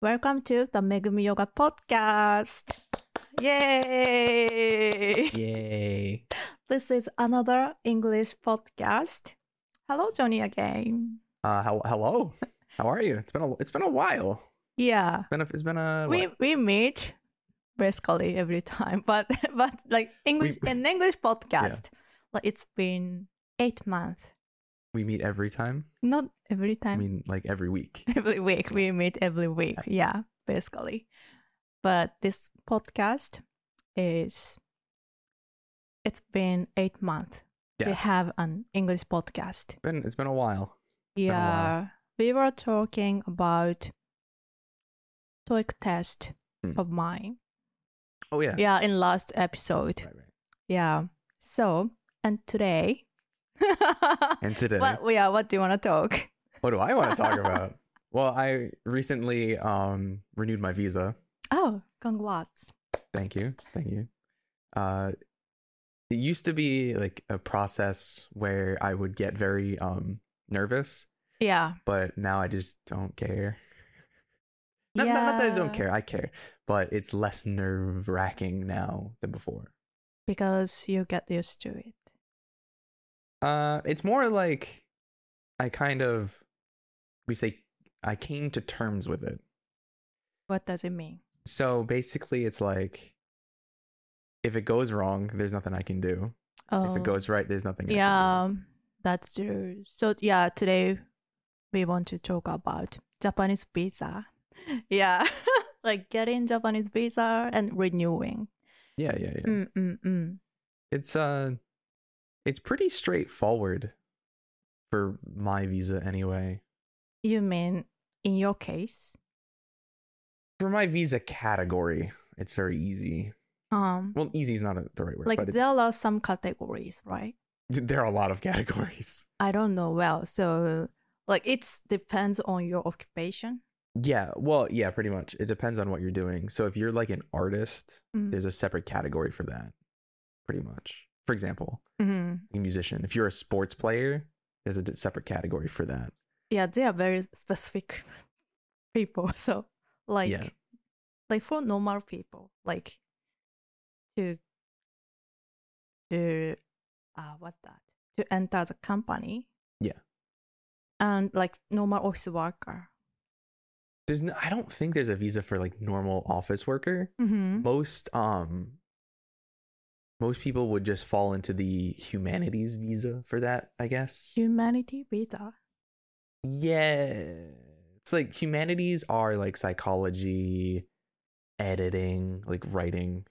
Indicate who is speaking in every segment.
Speaker 1: Welcome to the Megumi Yoga Podcast. Yay!
Speaker 2: Yay.
Speaker 1: This is another English podcast. Hello, Johnny again.
Speaker 2: Uh, how, hello. How are you? It's been a it's been a while.
Speaker 1: Yeah,
Speaker 2: It's been a, it's been a
Speaker 1: we
Speaker 2: what?
Speaker 1: we meet basically every time, but but like English
Speaker 2: We-
Speaker 1: an English podcast, like it's been eight months.
Speaker 2: we meet every time.
Speaker 1: Not every
Speaker 2: I
Speaker 1: time,
Speaker 2: mean, like every week.
Speaker 1: every week we meet every week. Yeah, basically. But this podcast is it's been eight months.
Speaker 2: Yeah.
Speaker 1: we have an English podcast.
Speaker 2: Been it's been a while. a while.
Speaker 1: Yeah, we were talking about TOEIC test
Speaker 2: Hmm.
Speaker 1: of mine.
Speaker 2: Oh yeah.
Speaker 1: Yeah, in last episode.
Speaker 2: Right, right.
Speaker 1: Yeah. So and today.
Speaker 2: And today,
Speaker 1: what? Yeah. What do you want to talk?
Speaker 2: what do I want to talk about? well, I recently um renewed my visa.
Speaker 1: Oh, congrats.
Speaker 2: Thank you. Thank you. Uh it used to be like a process where I would get very um nervous,
Speaker 1: Yeah.
Speaker 2: but now I just don't care. Not, not- not that I don't
Speaker 1: Yeah.
Speaker 2: care, I care, but it's less nerve wracking now than before.
Speaker 1: because you get used to it.
Speaker 2: Uh, it's more like I kind of, we say, I came to terms with it.
Speaker 1: What does it mean?
Speaker 2: So basically, it's like if it goes wrong, there's nothing I can do.
Speaker 1: Oh,
Speaker 2: If it goes right, there's nothing. I
Speaker 1: yeah, that's true. So yeah, today we want to talk about Japanese visa. yeah, like getting Japanese visa and renewing.
Speaker 2: can do. yeah, yeah, yeah.
Speaker 1: Mm, mm, mm.
Speaker 2: It's uh, it's pretty straightforward for my visa anyway.
Speaker 1: You mean in your case?
Speaker 2: For my visa category, it's very easy.
Speaker 1: Um,
Speaker 2: Well, easy is not a- the right word.
Speaker 1: like
Speaker 2: but it's,
Speaker 1: there are some categories, right?
Speaker 2: there are a lot of categories.
Speaker 1: I don't know well, so like it's depends on your occupation.
Speaker 2: Yeah, well, yeah, pretty much. It depends on what you're doing. So if you're like an artist,
Speaker 1: Mm.
Speaker 2: there's a separate category for that. Pretty much. For example,
Speaker 1: Mhm.
Speaker 2: a musician. If you're a sports player, there's a d- separate category for that.
Speaker 1: yeah they are very specific people so like like for normal people like to to uh what that to enter the company
Speaker 2: Yeah.
Speaker 1: and like normal office worker
Speaker 2: There's no, I don't think there's a visa for like normal office worker.
Speaker 1: mm-hmm.
Speaker 2: Most um most people would just fall into the humanities visa for that, I guess.
Speaker 1: humanity visa
Speaker 2: Yeah. It's like humanities are like psychology, editing, like writing,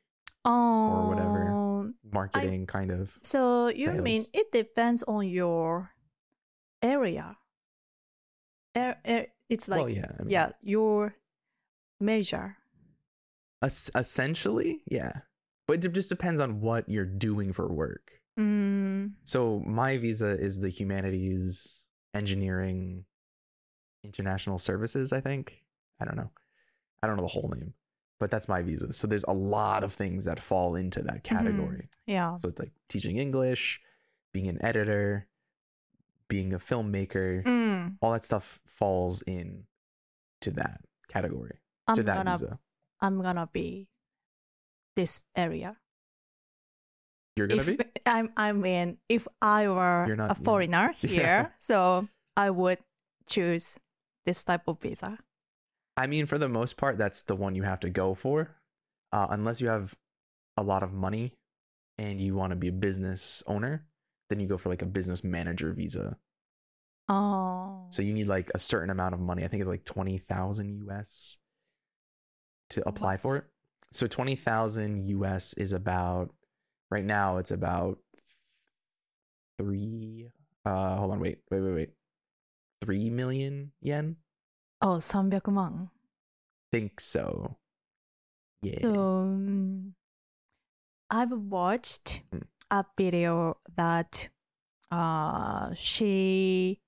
Speaker 1: oh
Speaker 2: whatever. marketing, kind of.
Speaker 1: so you mean
Speaker 2: Sales.
Speaker 1: it depends on your area er, er, it's like
Speaker 2: well, yeah. I mean,
Speaker 1: yeah your major
Speaker 2: es- essentially, yeah. But it just depends on what you're doing for work.
Speaker 1: Mm,
Speaker 2: So my visa is the humanities, engineering, international services, I think. I don't know. I don't know the whole name, but that's my visa. So there's a lot of things that fall into that
Speaker 1: Mm-hmm.
Speaker 2: category.
Speaker 1: yeah.
Speaker 2: So it's like teaching English, being an editor, being a filmmaker,
Speaker 1: Mm,
Speaker 2: all that stuff falls in to that category,
Speaker 1: I'm
Speaker 2: to that
Speaker 1: gonna
Speaker 2: visa.
Speaker 1: I'm gonna be this area.
Speaker 2: You're gonna
Speaker 1: if,
Speaker 2: be.
Speaker 1: I'm I mean if I were
Speaker 2: You're not-
Speaker 1: a
Speaker 2: yeah.
Speaker 1: foreigner
Speaker 2: Yeah.
Speaker 1: here, so I would choose this type of visa.
Speaker 2: I mean, for the most part, that's the one you have to go for, uh, unless you have a lot of money and you want to be a business owner. Then you go for like a business manager visa.
Speaker 1: Oh
Speaker 2: So you need like a certain amount of money. I think it's like twenty thousand US to apply for
Speaker 1: What?
Speaker 2: it. So twenty thousand US is about right now. It's about three. Uh, hold on, wait, wait, wait, wait. Three million yen.
Speaker 1: oh 300万.
Speaker 2: Think so. Yeah.
Speaker 1: So um, I've watched
Speaker 2: Mm.
Speaker 1: a video that uh she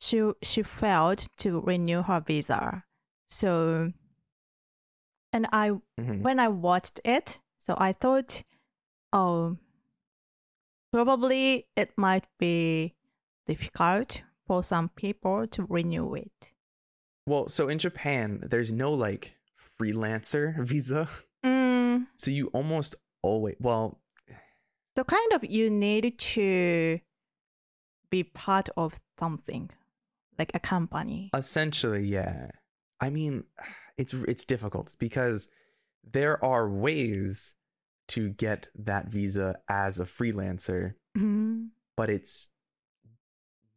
Speaker 1: she she failed to renew her visa. So and I
Speaker 2: Mhm.
Speaker 1: when I watched it, so I thought oh probably it might be difficult for some people to renew it.
Speaker 2: Well, so in Japan, there's no like freelancer visa.
Speaker 1: Mm,
Speaker 2: So you almost always, well,
Speaker 1: so kind of you need to be part of something, like a company.
Speaker 2: essentially, yeah. I mean, it's it's difficult because there are ways to get that visa as a freelancer,
Speaker 1: Mhm.
Speaker 2: but it's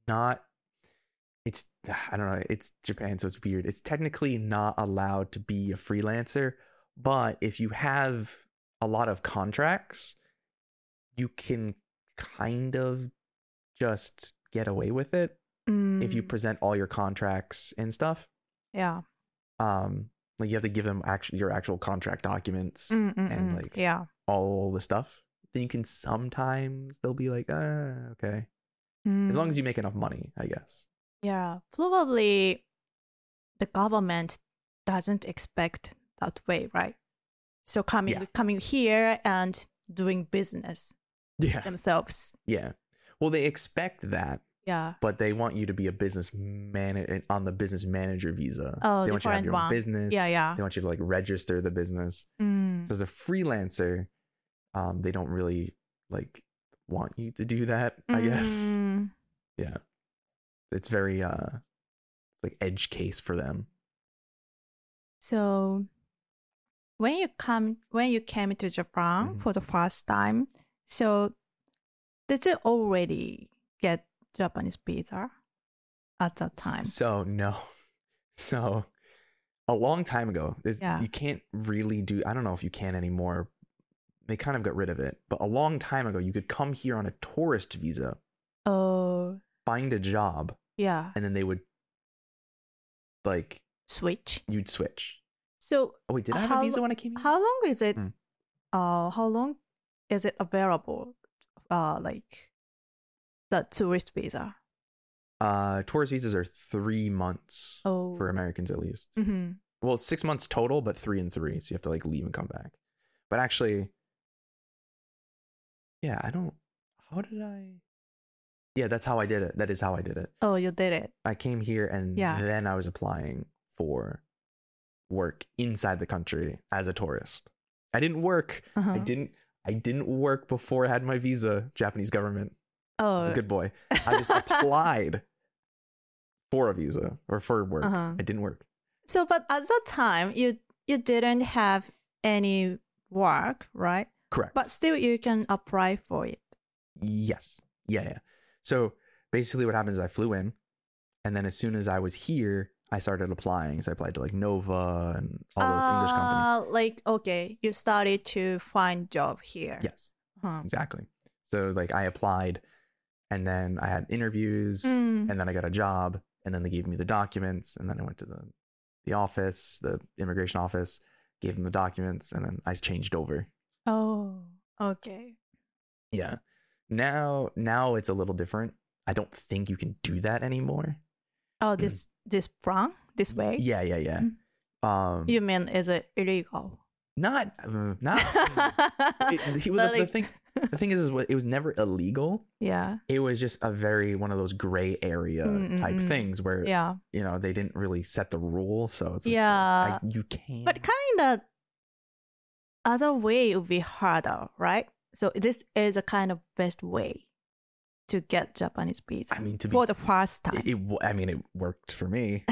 Speaker 2: not it's I don't know, it's Japan so it's weird. It's technically not allowed to be a freelancer, but if you have a lot of contracts, you can kind of just get away with it if you
Speaker 1: Mm,
Speaker 2: present all your contracts and stuff.
Speaker 1: yeah.
Speaker 2: Um like you have to give them actual your actual contract documents
Speaker 1: Mm, mm,
Speaker 2: and,
Speaker 1: mm.
Speaker 2: like,
Speaker 1: yeah.
Speaker 2: all the stuff then you can sometimes they'll be like ah, okay as long
Speaker 1: Mm.
Speaker 2: as you make enough money i guess
Speaker 1: Yeah, probably the government doesn't expect that way, right? So coming
Speaker 2: Yeah.
Speaker 1: coming here and doing business
Speaker 2: yeah
Speaker 1: themselves.
Speaker 2: yeah well they expect that
Speaker 1: Yeah.
Speaker 2: but they want you to be a business man on the business manager visa
Speaker 1: Oh,
Speaker 2: they want you to have
Speaker 1: different
Speaker 2: your own
Speaker 1: one.
Speaker 2: business
Speaker 1: Yeah, yeah.
Speaker 2: they want you to like register the business
Speaker 1: Mm.
Speaker 2: so as a freelancer um they don't really like want you to do that i guess
Speaker 1: Mm.
Speaker 2: it's very uh it's like edge case for them
Speaker 1: So when you come when you came to Japan
Speaker 2: Mhm.
Speaker 1: for the first time, so did you already get Japanese pizza at that time?
Speaker 2: So no. So a long time ago, this
Speaker 1: Yeah.
Speaker 2: you can't really do I don't know if you can anymore. They kind of got rid of it. But a long time ago, you could come here on a tourist visa,
Speaker 1: Oh,
Speaker 2: find a job,
Speaker 1: yeah.
Speaker 2: and then they would like
Speaker 1: Switch.
Speaker 2: you'd switch.
Speaker 1: So
Speaker 2: Oh wait, did I have
Speaker 1: How-
Speaker 2: a visa when I came here?
Speaker 1: How long is it?
Speaker 2: Mm.
Speaker 1: Uh, how long is it available? Uh, like the tourist visa.
Speaker 2: uh tourist visas are three months
Speaker 1: Oh,
Speaker 2: for Americans at least.
Speaker 1: hmm
Speaker 2: well six months total but three and three so you have to like leave and come back but actually yeah i don't how did i yeah that's how i did it that is how i did it
Speaker 1: oh, you did it.
Speaker 2: i came here and
Speaker 1: Yeah.
Speaker 2: then i was applying for work inside the country as a tourist i didn't work
Speaker 1: Uh-huh.
Speaker 2: i didn't i didn't work before i had my visa japanese government I was
Speaker 1: Oh,
Speaker 2: a good boy i just applied for a visa or for work
Speaker 1: Uh-huh.
Speaker 2: i didn't work
Speaker 1: So, but at that time, you you didn't have any work, right?
Speaker 2: correct
Speaker 1: But still, you can apply for it.
Speaker 2: Yes. Yeah, yeah. So basically, what happened is I flew in, and then as soon as I was here, I started applying. So I applied to like Nova and all those English companies.
Speaker 1: Ah, Like, okay, you started to find job here.
Speaker 2: Yes,
Speaker 1: Uh-huh.
Speaker 2: exactly. So like I applied, and then I had interviews,
Speaker 1: Mm.
Speaker 2: and then I got a job, and then they gave me the documents, and then I went to the the office, the immigration office, gave them the documents, and then I changed over.
Speaker 1: Oh, okay.
Speaker 2: Yeah. Now, now it's a little different. I don't think you can do that anymore.
Speaker 1: Oh, this this plan this way.
Speaker 2: Yeah, yeah, yeah.
Speaker 1: Mm.
Speaker 2: Um,
Speaker 1: You mean is it illegal?
Speaker 2: not, uh, not. it, he was, the,
Speaker 1: Like-
Speaker 2: thing, the thing is, is what- it was never illegal.
Speaker 1: Yeah,
Speaker 2: It was just a very one of those gray area
Speaker 1: Mm, mm,
Speaker 2: type
Speaker 1: mm.
Speaker 2: things where
Speaker 1: yeah,
Speaker 2: you know they didn't really set the rule, so it's like, well,
Speaker 1: Yeah.
Speaker 2: I- you can.
Speaker 1: but kind of other way would be harder, right? So this is a kind of best way to get Japanese pizza
Speaker 2: I mean, to be,
Speaker 1: for the first time.
Speaker 2: it, it w- I mean, it worked for me.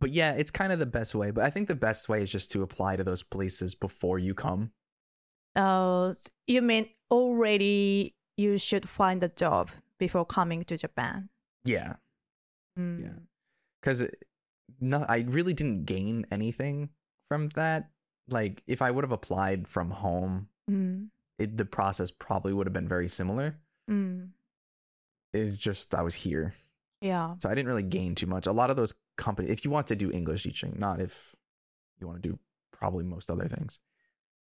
Speaker 2: but yeah, it's kind of the best way. But I think the best way is just to apply to those places before you come.
Speaker 1: uh, you mean already you should find a job before coming to Japan?
Speaker 2: Yeah,
Speaker 1: Mm.
Speaker 2: Yeah. because no, I really didn't gain anything from that. Like, if I would have applied from home,
Speaker 1: Mm.
Speaker 2: it, the process probably would have been very similar.
Speaker 1: Mm.
Speaker 2: It's just I was here,
Speaker 1: Yeah.
Speaker 2: so I didn't really gain too much. A lot of those companies, if you want to do English teaching, not if you want to do probably most other things,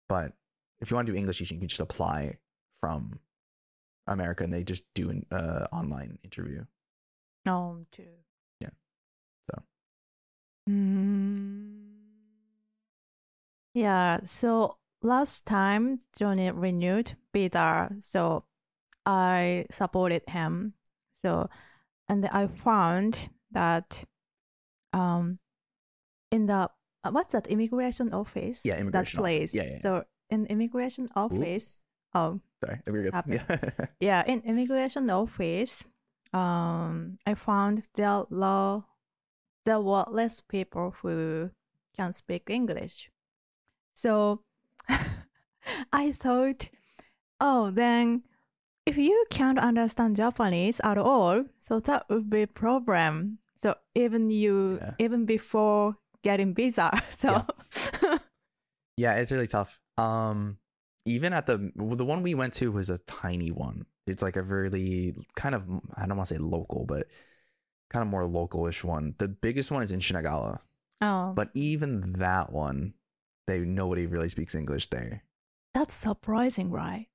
Speaker 2: but if you want to do English teaching, you can just apply from America, and they just do an uh, online interview.
Speaker 1: No, too.
Speaker 2: Yeah. So.
Speaker 1: Mm. Yeah. So last time Johnny renewed Bidar, so I supported him. So, and I found that um in the uh, what's that immigration office?
Speaker 2: Yeah,
Speaker 1: that
Speaker 2: immigration office.
Speaker 1: place.
Speaker 2: Yeah, yeah, yeah.
Speaker 1: So in immigration office, oh
Speaker 2: Sorry, we were good.
Speaker 1: Happy.
Speaker 2: Yeah.
Speaker 1: yeah, in immigration office, um, I found there law there were less people who can speak English. So I thought, oh, then if you can't understand Japanese at all, so that would be a problem. So even you,
Speaker 2: Yeah.
Speaker 1: even before getting visa, so
Speaker 2: Yeah, it's really tough. Um, even at the well, the one we went to was a tiny one. It's like a really kind of I don't want to say local, but kind of more localish one. The biggest one is in Shinagawa,
Speaker 1: oh,
Speaker 2: but even that one, they nobody really speaks English there.
Speaker 1: that's surprising, right?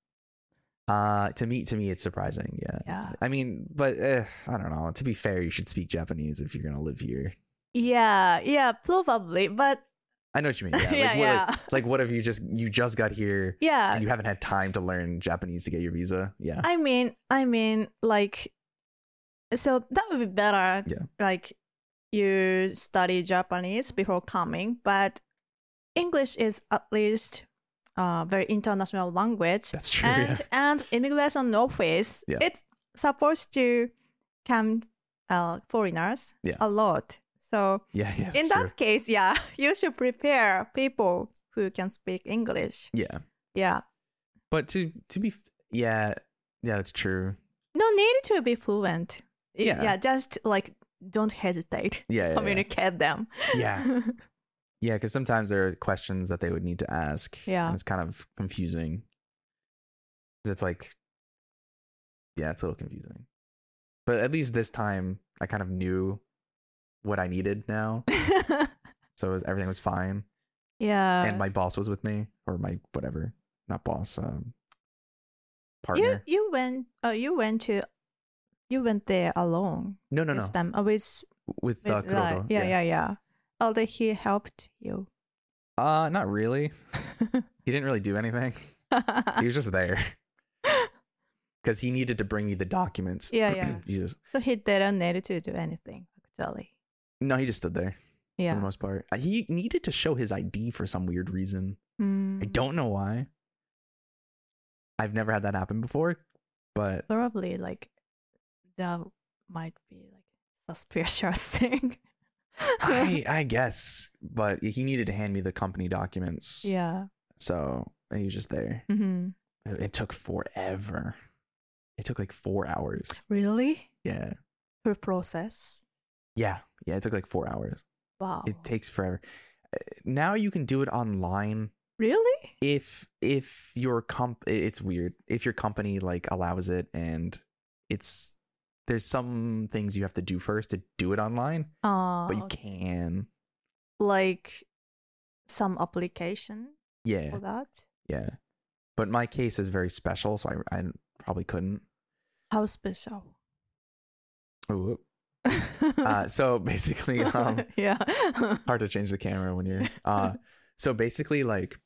Speaker 2: Uh, to me, to me, it's surprising. Yeah,
Speaker 1: Yeah.
Speaker 2: I mean, but eh, I don't know. To be fair, you should speak Japanese if you're gonna live here.
Speaker 1: Yeah, yeah, probably, but
Speaker 2: I know what you mean. Yeah, like,
Speaker 1: Yeah,
Speaker 2: what-
Speaker 1: yeah.
Speaker 2: like- like what if you just you just got here
Speaker 1: yeah,
Speaker 2: and you haven't had time to learn Japanese to get your visa? Yeah.
Speaker 1: I mean, I mean, like, so that would be better.
Speaker 2: Yeah.
Speaker 1: Like, you study Japanese before coming, but English is at least uh, very international language.
Speaker 2: That's true.
Speaker 1: and and immigration office,
Speaker 2: Yeah.
Speaker 1: it's supposed to come uh, foreigners
Speaker 2: Yeah.
Speaker 1: a lot. So
Speaker 2: yeah. Yeah. yeah
Speaker 1: in
Speaker 2: that's
Speaker 1: that case, yeah, you should prepare people who can speak English.
Speaker 2: true. yeah.
Speaker 1: Yeah.
Speaker 2: But to to be f- yeah yeah that's true.
Speaker 1: no need to be fluent Y-
Speaker 2: Yeah.
Speaker 1: yeah just like don't hesitate
Speaker 2: Yeah. yeah, Yeah.
Speaker 1: communicate them
Speaker 2: Yeah. Yeah. Because sometimes there are questions that they would need to ask.
Speaker 1: Yeah.
Speaker 2: And it's kind of confusing. It's like yeah, it's a little confusing. But at least this time, I kind of knew what I needed now, so it was- everything was fine.
Speaker 1: yeah
Speaker 2: and my boss was with me or my whatever not boss um
Speaker 1: you
Speaker 2: partner
Speaker 1: you went uh, you went to you went there alone
Speaker 2: no no no
Speaker 1: this time uh, with,
Speaker 2: with,
Speaker 1: with
Speaker 2: uh,
Speaker 1: like-
Speaker 2: Kuroda.
Speaker 1: yeah, yeah yeah although he helped you
Speaker 2: uh not really he didn't really do anything he was just there because he needed to bring me the documents
Speaker 1: Yeah, yeah.
Speaker 2: he just
Speaker 1: so he didn't need to do anything actually
Speaker 2: no he just stood there for the
Speaker 1: yeah
Speaker 2: most part Uh, he needed to show his id for some weird reason i
Speaker 1: Mm,
Speaker 2: don't know why i've never had that happen before but
Speaker 1: probably like that might be like suspicious thing
Speaker 2: I, I guess, but he needed to hand me the company documents.
Speaker 1: yeah
Speaker 2: So and he was just there.
Speaker 1: hmm
Speaker 2: It it took forever. It took like four hours.
Speaker 1: Really?
Speaker 2: Yeah.
Speaker 1: Per process?
Speaker 2: Yeah. Yeah. It took like four hours.
Speaker 1: Wow.
Speaker 2: It takes forever. Uh, Now you can do it online
Speaker 1: really?
Speaker 2: if if your comp i- it's weird if your company like allows it and it's there's some things you have to do first to do it online
Speaker 1: Uh,
Speaker 2: but you can
Speaker 1: like some application
Speaker 2: yeah
Speaker 1: for that?
Speaker 2: yeah but my case is very special so I I probably couldn't
Speaker 1: How special?
Speaker 2: Ooh. uh so basically um
Speaker 1: yeah.
Speaker 2: hard to change the camera when you're uh so basically like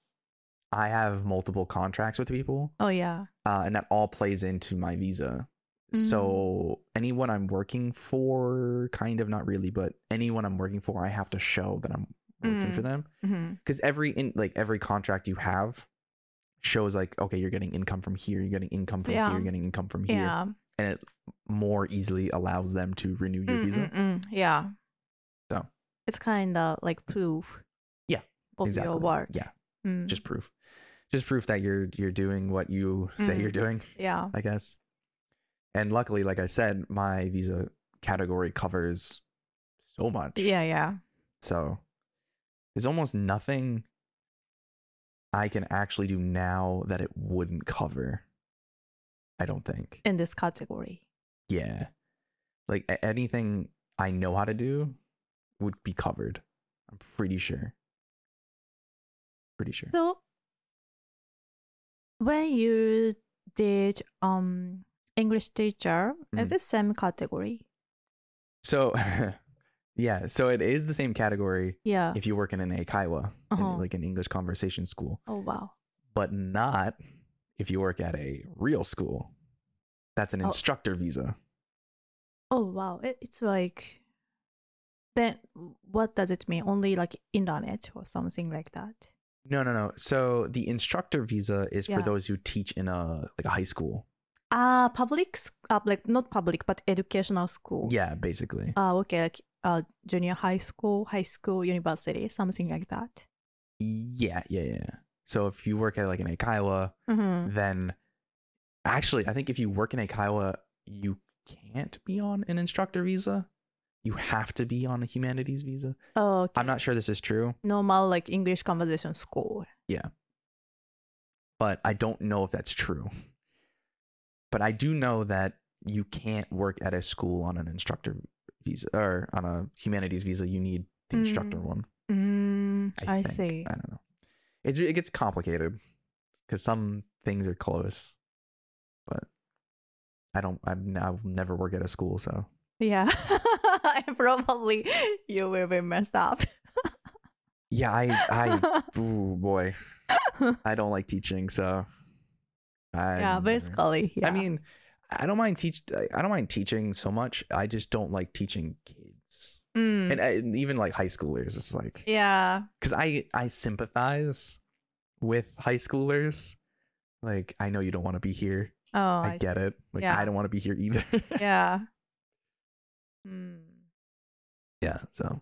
Speaker 2: i have multiple contracts with people
Speaker 1: oh yeah.
Speaker 2: uh, and that all plays into my visa
Speaker 1: Mm.
Speaker 2: so anyone i'm working for kind of not really but anyone i'm working for i have to show that i'm working for
Speaker 1: Mm.
Speaker 2: them
Speaker 1: Mhm.
Speaker 2: because every in like every contract you have shows like okay you're getting income from here you're getting income from
Speaker 1: Yeah.
Speaker 2: here you're getting income from here
Speaker 1: Yeah.
Speaker 2: and it more easily allows them to renew your
Speaker 1: Mm,
Speaker 2: visa
Speaker 1: mm, mm. Yeah.
Speaker 2: So.
Speaker 1: it's kind of like proof.
Speaker 2: Yeah,
Speaker 1: Of
Speaker 2: exactly
Speaker 1: your work.
Speaker 2: yeah
Speaker 1: Mm.
Speaker 2: just proof just proof that you're you're doing what you say
Speaker 1: Mm.
Speaker 2: you're doing
Speaker 1: yeah.
Speaker 2: i guess and luckily like i said my visa category covers so much
Speaker 1: Yeah. Yeah.
Speaker 2: so there's almost nothing i can actually do now that it wouldn't cover i don't think
Speaker 1: In this category.
Speaker 2: yeah like a- anything i know how to do would be covered i'm pretty sure pretty sure
Speaker 1: So when you did um English teacher,
Speaker 2: Mhm.
Speaker 1: it's the same category.
Speaker 2: So, yeah, so it is the same category
Speaker 1: Yeah.
Speaker 2: if you work in an Aikawa, in-
Speaker 1: Uh-huh.
Speaker 2: like an English conversation school,
Speaker 1: oh wow.
Speaker 2: but not if you work at a real school. That's an
Speaker 1: Oh.
Speaker 2: instructor visa.
Speaker 1: Oh wow. It, it's like Then what does it mean? Only like internet or something like that.
Speaker 2: No, no, no. So the instructor visa is
Speaker 1: Yeah.
Speaker 2: for those who teach in a like a high school.
Speaker 1: Ah, public, sc- uh, like not public, but educational school.
Speaker 2: Yeah, basically.
Speaker 1: Ah, okay, like uh, junior high school, high school, university, something like that.
Speaker 2: yeah, yeah, yeah. So if you work at like an Akiwa,
Speaker 1: Mm-hmm.
Speaker 2: then actually, I think if you work in Akiwa, you can't be on an instructor visa. You have to be on a humanities visa.
Speaker 1: Oh, okay.
Speaker 2: I'm not sure this is true,
Speaker 1: normal like English conversation school.
Speaker 2: but I don't know if that's true. But I do know that you can't work at a school on an instructor visa or on a humanities visa. You need the instructor
Speaker 1: Mm.
Speaker 2: one.
Speaker 1: Mm, I,
Speaker 2: think.
Speaker 1: see.
Speaker 2: I don't know. It's, it gets complicated because some things are close, but I don't. I'm, I will never work at a school, so
Speaker 1: Yeah, probably you will be messed up.
Speaker 2: yeah. I, I, ooh boy, I don't like teaching, so I
Speaker 1: yeah, basically. Yeah.
Speaker 2: I mean, I don't mind teach. I- I don't mind teaching so much. I just don't like teaching kids,
Speaker 1: Mm,
Speaker 2: and, I, and even like high schoolers. It's like
Speaker 1: yeah,
Speaker 2: because I I sympathize with high schoolers. Like I know you don't want to be here.
Speaker 1: oh,
Speaker 2: I,
Speaker 1: I,
Speaker 2: get it. Like
Speaker 1: Yeah.
Speaker 2: I don't want to be here either.
Speaker 1: see. Yeah. Mm,
Speaker 2: yeah. So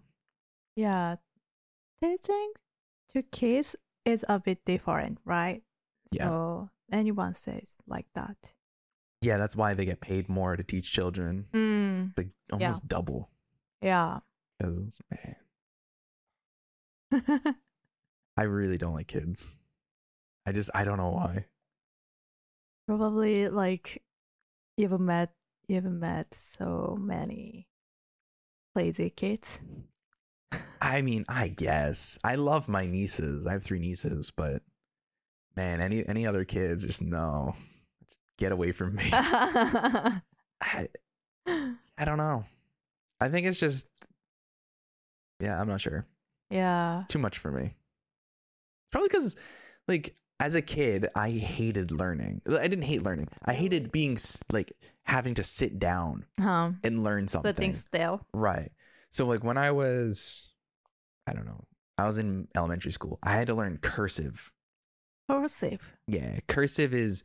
Speaker 1: yeah, teaching to kids is a bit different, right?
Speaker 2: Yeah.
Speaker 1: So anyone says like that.
Speaker 2: yeah, that's why they get paid more to teach children.
Speaker 1: Mm,
Speaker 2: It's like almost double.
Speaker 1: yeah.
Speaker 2: 'Cause, man, I really don't like kids. I just I don't know why.
Speaker 1: probably like you've met you've met so many lazy kids
Speaker 2: I mean, I guess I love my nieces. I have three nieces, but man, any any other kids, just no. Get away from me. I, I don't know. I think it's just yeah, I'm not sure.
Speaker 1: yeah
Speaker 2: too much for me. Probably because, like, as a kid, I hated learning. I didn't hate learning. I hated being s- like having to sit down
Speaker 1: um
Speaker 2: and learn something.
Speaker 1: sitting still
Speaker 2: Right. So, like, when I was, I don't know, I was in elementary school. I had to learn cursive.
Speaker 1: cursive
Speaker 2: Yeah, cursive is,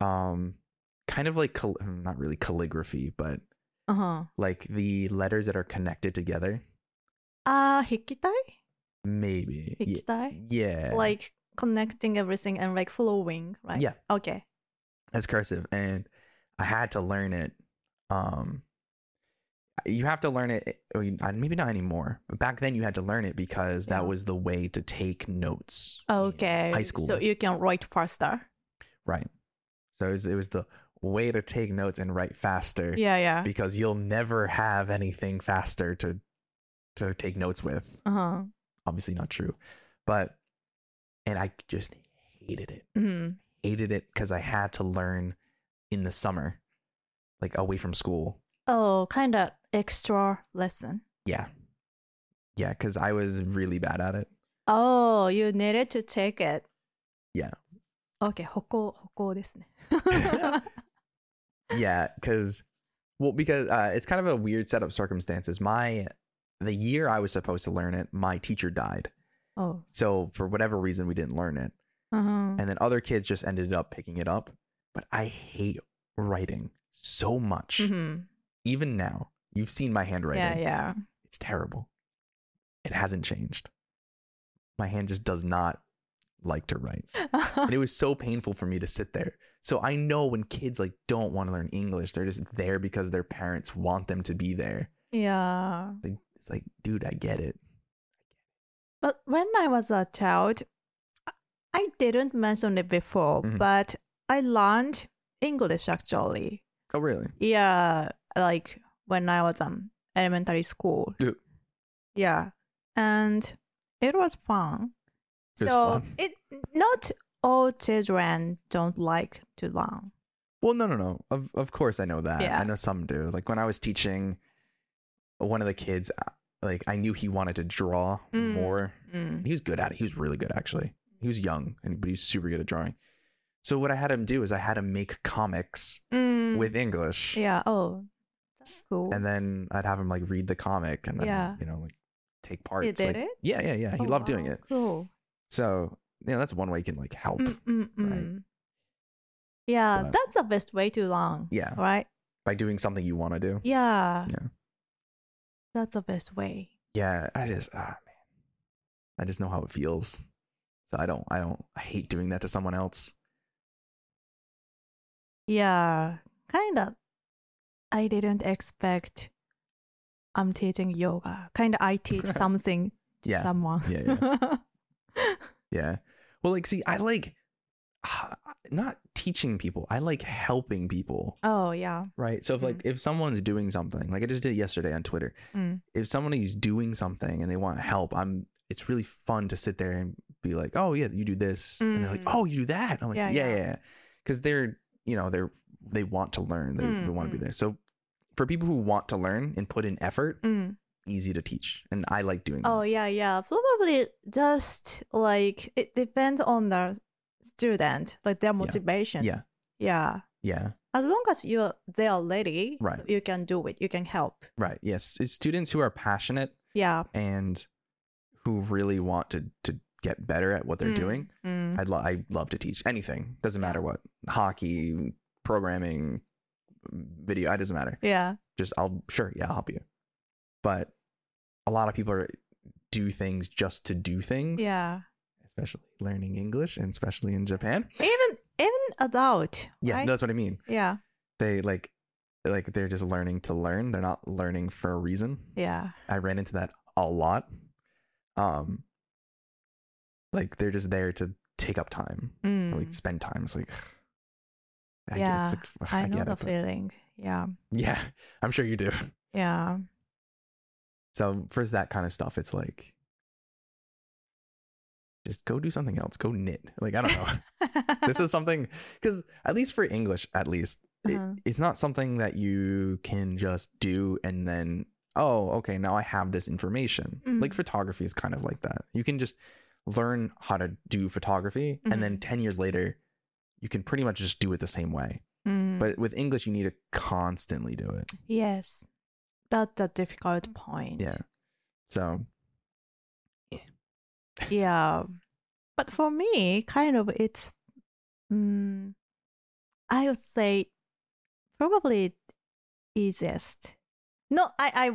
Speaker 2: um, kind of like cal- not really calligraphy, but
Speaker 1: uh-huh
Speaker 2: like the letters that are connected together.
Speaker 1: ah hikitai
Speaker 2: Maybe. Ye-
Speaker 1: hikitai
Speaker 2: Yeah.
Speaker 1: like connecting everything and like flowing right
Speaker 2: Yeah.
Speaker 1: okay
Speaker 2: That's cursive, and I had to learn it. Um, you have to learn it. I mean, uh, Maybe not anymore, but back then you had to learn it because that
Speaker 1: Yeah.
Speaker 2: was the way to take notes. in
Speaker 1: okay
Speaker 2: high school,
Speaker 1: so you can write faster
Speaker 2: right? So it was, it was the way to take notes and write faster
Speaker 1: yeah yeah
Speaker 2: because you'll never have anything faster to to take notes with.
Speaker 1: uh-huh
Speaker 2: Obviously, not true, but and I just hated it.
Speaker 1: Mhm.
Speaker 2: Hated it because I had to learn in the summer, like away from school.
Speaker 1: oh kind of extra lesson
Speaker 2: Yeah. Yeah, because I was really bad at it.
Speaker 1: Oh, you needed to take it.
Speaker 2: Yeah.
Speaker 1: Okay, 歩行、歩行です ね。
Speaker 2: Yeah, because, well, because uh, it's kind of a weird set of circumstances. My, the year I was supposed to learn it, my teacher died.
Speaker 1: oh.
Speaker 2: So for whatever reason, we didn't learn it.
Speaker 1: Uh-huh.
Speaker 2: And then other kids just ended up picking it up. But I hate writing so much.
Speaker 1: Mhm.
Speaker 2: Even now, you've seen my handwriting.
Speaker 1: Yeah, yeah.
Speaker 2: It's terrible. It hasn't changed. My hand just does not like to write. and it was so painful for me to sit there. So I know when kids like don't want to learn English, they're just there because their parents want them to be there.
Speaker 1: yeah.
Speaker 2: Like it's like, dude, I get it.
Speaker 1: But when I was a child, I- I didn't mention it before,
Speaker 2: Mhm.
Speaker 1: but I learned English actually.
Speaker 2: Oh really?
Speaker 1: Yeah, like when I was um elementary school.
Speaker 2: Dude.
Speaker 1: Yeah. And it was fun.
Speaker 2: It was
Speaker 1: so
Speaker 2: fun.
Speaker 1: it not all children don't like to learn.
Speaker 2: Well, no, no, no. Of of course I know that.
Speaker 1: Yeah.
Speaker 2: I know some do. Like when I was teaching one of the kids, uh, like I knew he wanted to draw
Speaker 1: Mm.
Speaker 2: more.
Speaker 1: Mm.
Speaker 2: He was good at it. He was really good actually. He was young and but he was super good at drawing. So what I had him do is I had him make comics
Speaker 1: Mm.
Speaker 2: with English.
Speaker 1: yeah. Oh, That's cool.
Speaker 2: and then I'd have him like read the comic and then
Speaker 1: Yeah.
Speaker 2: you know like take part.
Speaker 1: did
Speaker 2: like,
Speaker 1: it?
Speaker 2: Yeah, yeah, yeah. He
Speaker 1: Oh,
Speaker 2: loved doing
Speaker 1: wow,
Speaker 2: it.
Speaker 1: Cool.
Speaker 2: So you know that's one way you can like help.
Speaker 1: Mm, mm, mm. Yeah,
Speaker 2: But-
Speaker 1: that's the best way to learn.
Speaker 2: Yeah,
Speaker 1: Right?
Speaker 2: by doing something you want to do.
Speaker 1: Yeah.
Speaker 2: Yeah.
Speaker 1: That's the best way.
Speaker 2: Yeah, I just ah man, I just know how it feels. So I don't, I don't, I hate doing that to someone else.
Speaker 1: Yeah. Kinda. I didn't expect I'm teaching yoga. Kinda I teach something to
Speaker 2: Yeah.
Speaker 1: someone.
Speaker 2: Yeah, yeah. Yeah. Well, like, see, I like ah, not teaching people. I like helping people.
Speaker 1: oh yeah.
Speaker 2: Right. So if like if someone's doing something, like I just did yesterday on Twitter,
Speaker 1: Mm.
Speaker 2: if somebody's doing something and they want help, I'm it's really fun to sit there and be like, Oh yeah, you do this. And they're like,
Speaker 1: Mm.
Speaker 2: Oh, you do that. I'm like,
Speaker 1: Yeah,
Speaker 2: Yeah, yeah.
Speaker 1: yeah.
Speaker 2: Cause they're you know, they're they want to learn. They,
Speaker 1: Mm,
Speaker 2: they want to
Speaker 1: mm.
Speaker 2: be there. So for people who want to learn and put in effort,
Speaker 1: Mm.
Speaker 2: easy to teach. And I like doing
Speaker 1: Oh
Speaker 2: that.
Speaker 1: yeah, yeah. Probably just like it depends on the student, like their motivation.
Speaker 2: Yeah.
Speaker 1: Yeah.
Speaker 2: Yeah.
Speaker 1: As long as you're they are ready,
Speaker 2: Right.
Speaker 1: so you can do it. You can help.
Speaker 2: Right. Yes. It's students who are passionate
Speaker 1: Yeah.
Speaker 2: and who really want to to get better at what they're
Speaker 1: Mm,
Speaker 2: doing.
Speaker 1: mm.
Speaker 2: I'd lo- I love to teach anything. Doesn't matter what. Hockey, programming, mm, video. It doesn't matter.
Speaker 1: Yeah.
Speaker 2: Just I'll sure yeah I'll help you. But a lot of people are, do things just to do things.
Speaker 1: Yeah.
Speaker 2: Especially learning English and especially in Japan.
Speaker 1: Even even adult.
Speaker 2: Yeah,
Speaker 1: right?
Speaker 2: that's what I mean.
Speaker 1: Yeah.
Speaker 2: They like like they're just learning to learn. They're not learning for a reason.
Speaker 1: Yeah.
Speaker 2: I ran into that a lot. Um like they're just there to take up time.
Speaker 1: Mm.
Speaker 2: like spend time. It's like I
Speaker 1: Yeah,
Speaker 2: get, it's like,
Speaker 1: I, know
Speaker 2: get
Speaker 1: the
Speaker 2: it, but-
Speaker 1: feeling. Yeah.
Speaker 2: Yeah, I'm sure you do.
Speaker 1: Yeah.
Speaker 2: So for that kind of stuff, it's like just go do something else. Go knit. Like I don't know. this is something because at least for English, at least it-
Speaker 1: Uh-huh.
Speaker 2: it's not something that you can just do and then oh okay now I have this information. Like
Speaker 1: Mm.
Speaker 2: photography is kind of like that. You can just learn how to do photography, and
Speaker 1: Mm-hmm.
Speaker 2: then ten years later, you can pretty much just do it the same way.
Speaker 1: Mm.
Speaker 2: But with English, you need to constantly do it.
Speaker 1: yes. That's a difficult point.
Speaker 2: Yeah. So
Speaker 1: yeah but for me kind of it's mm, i would say probably easiest no i i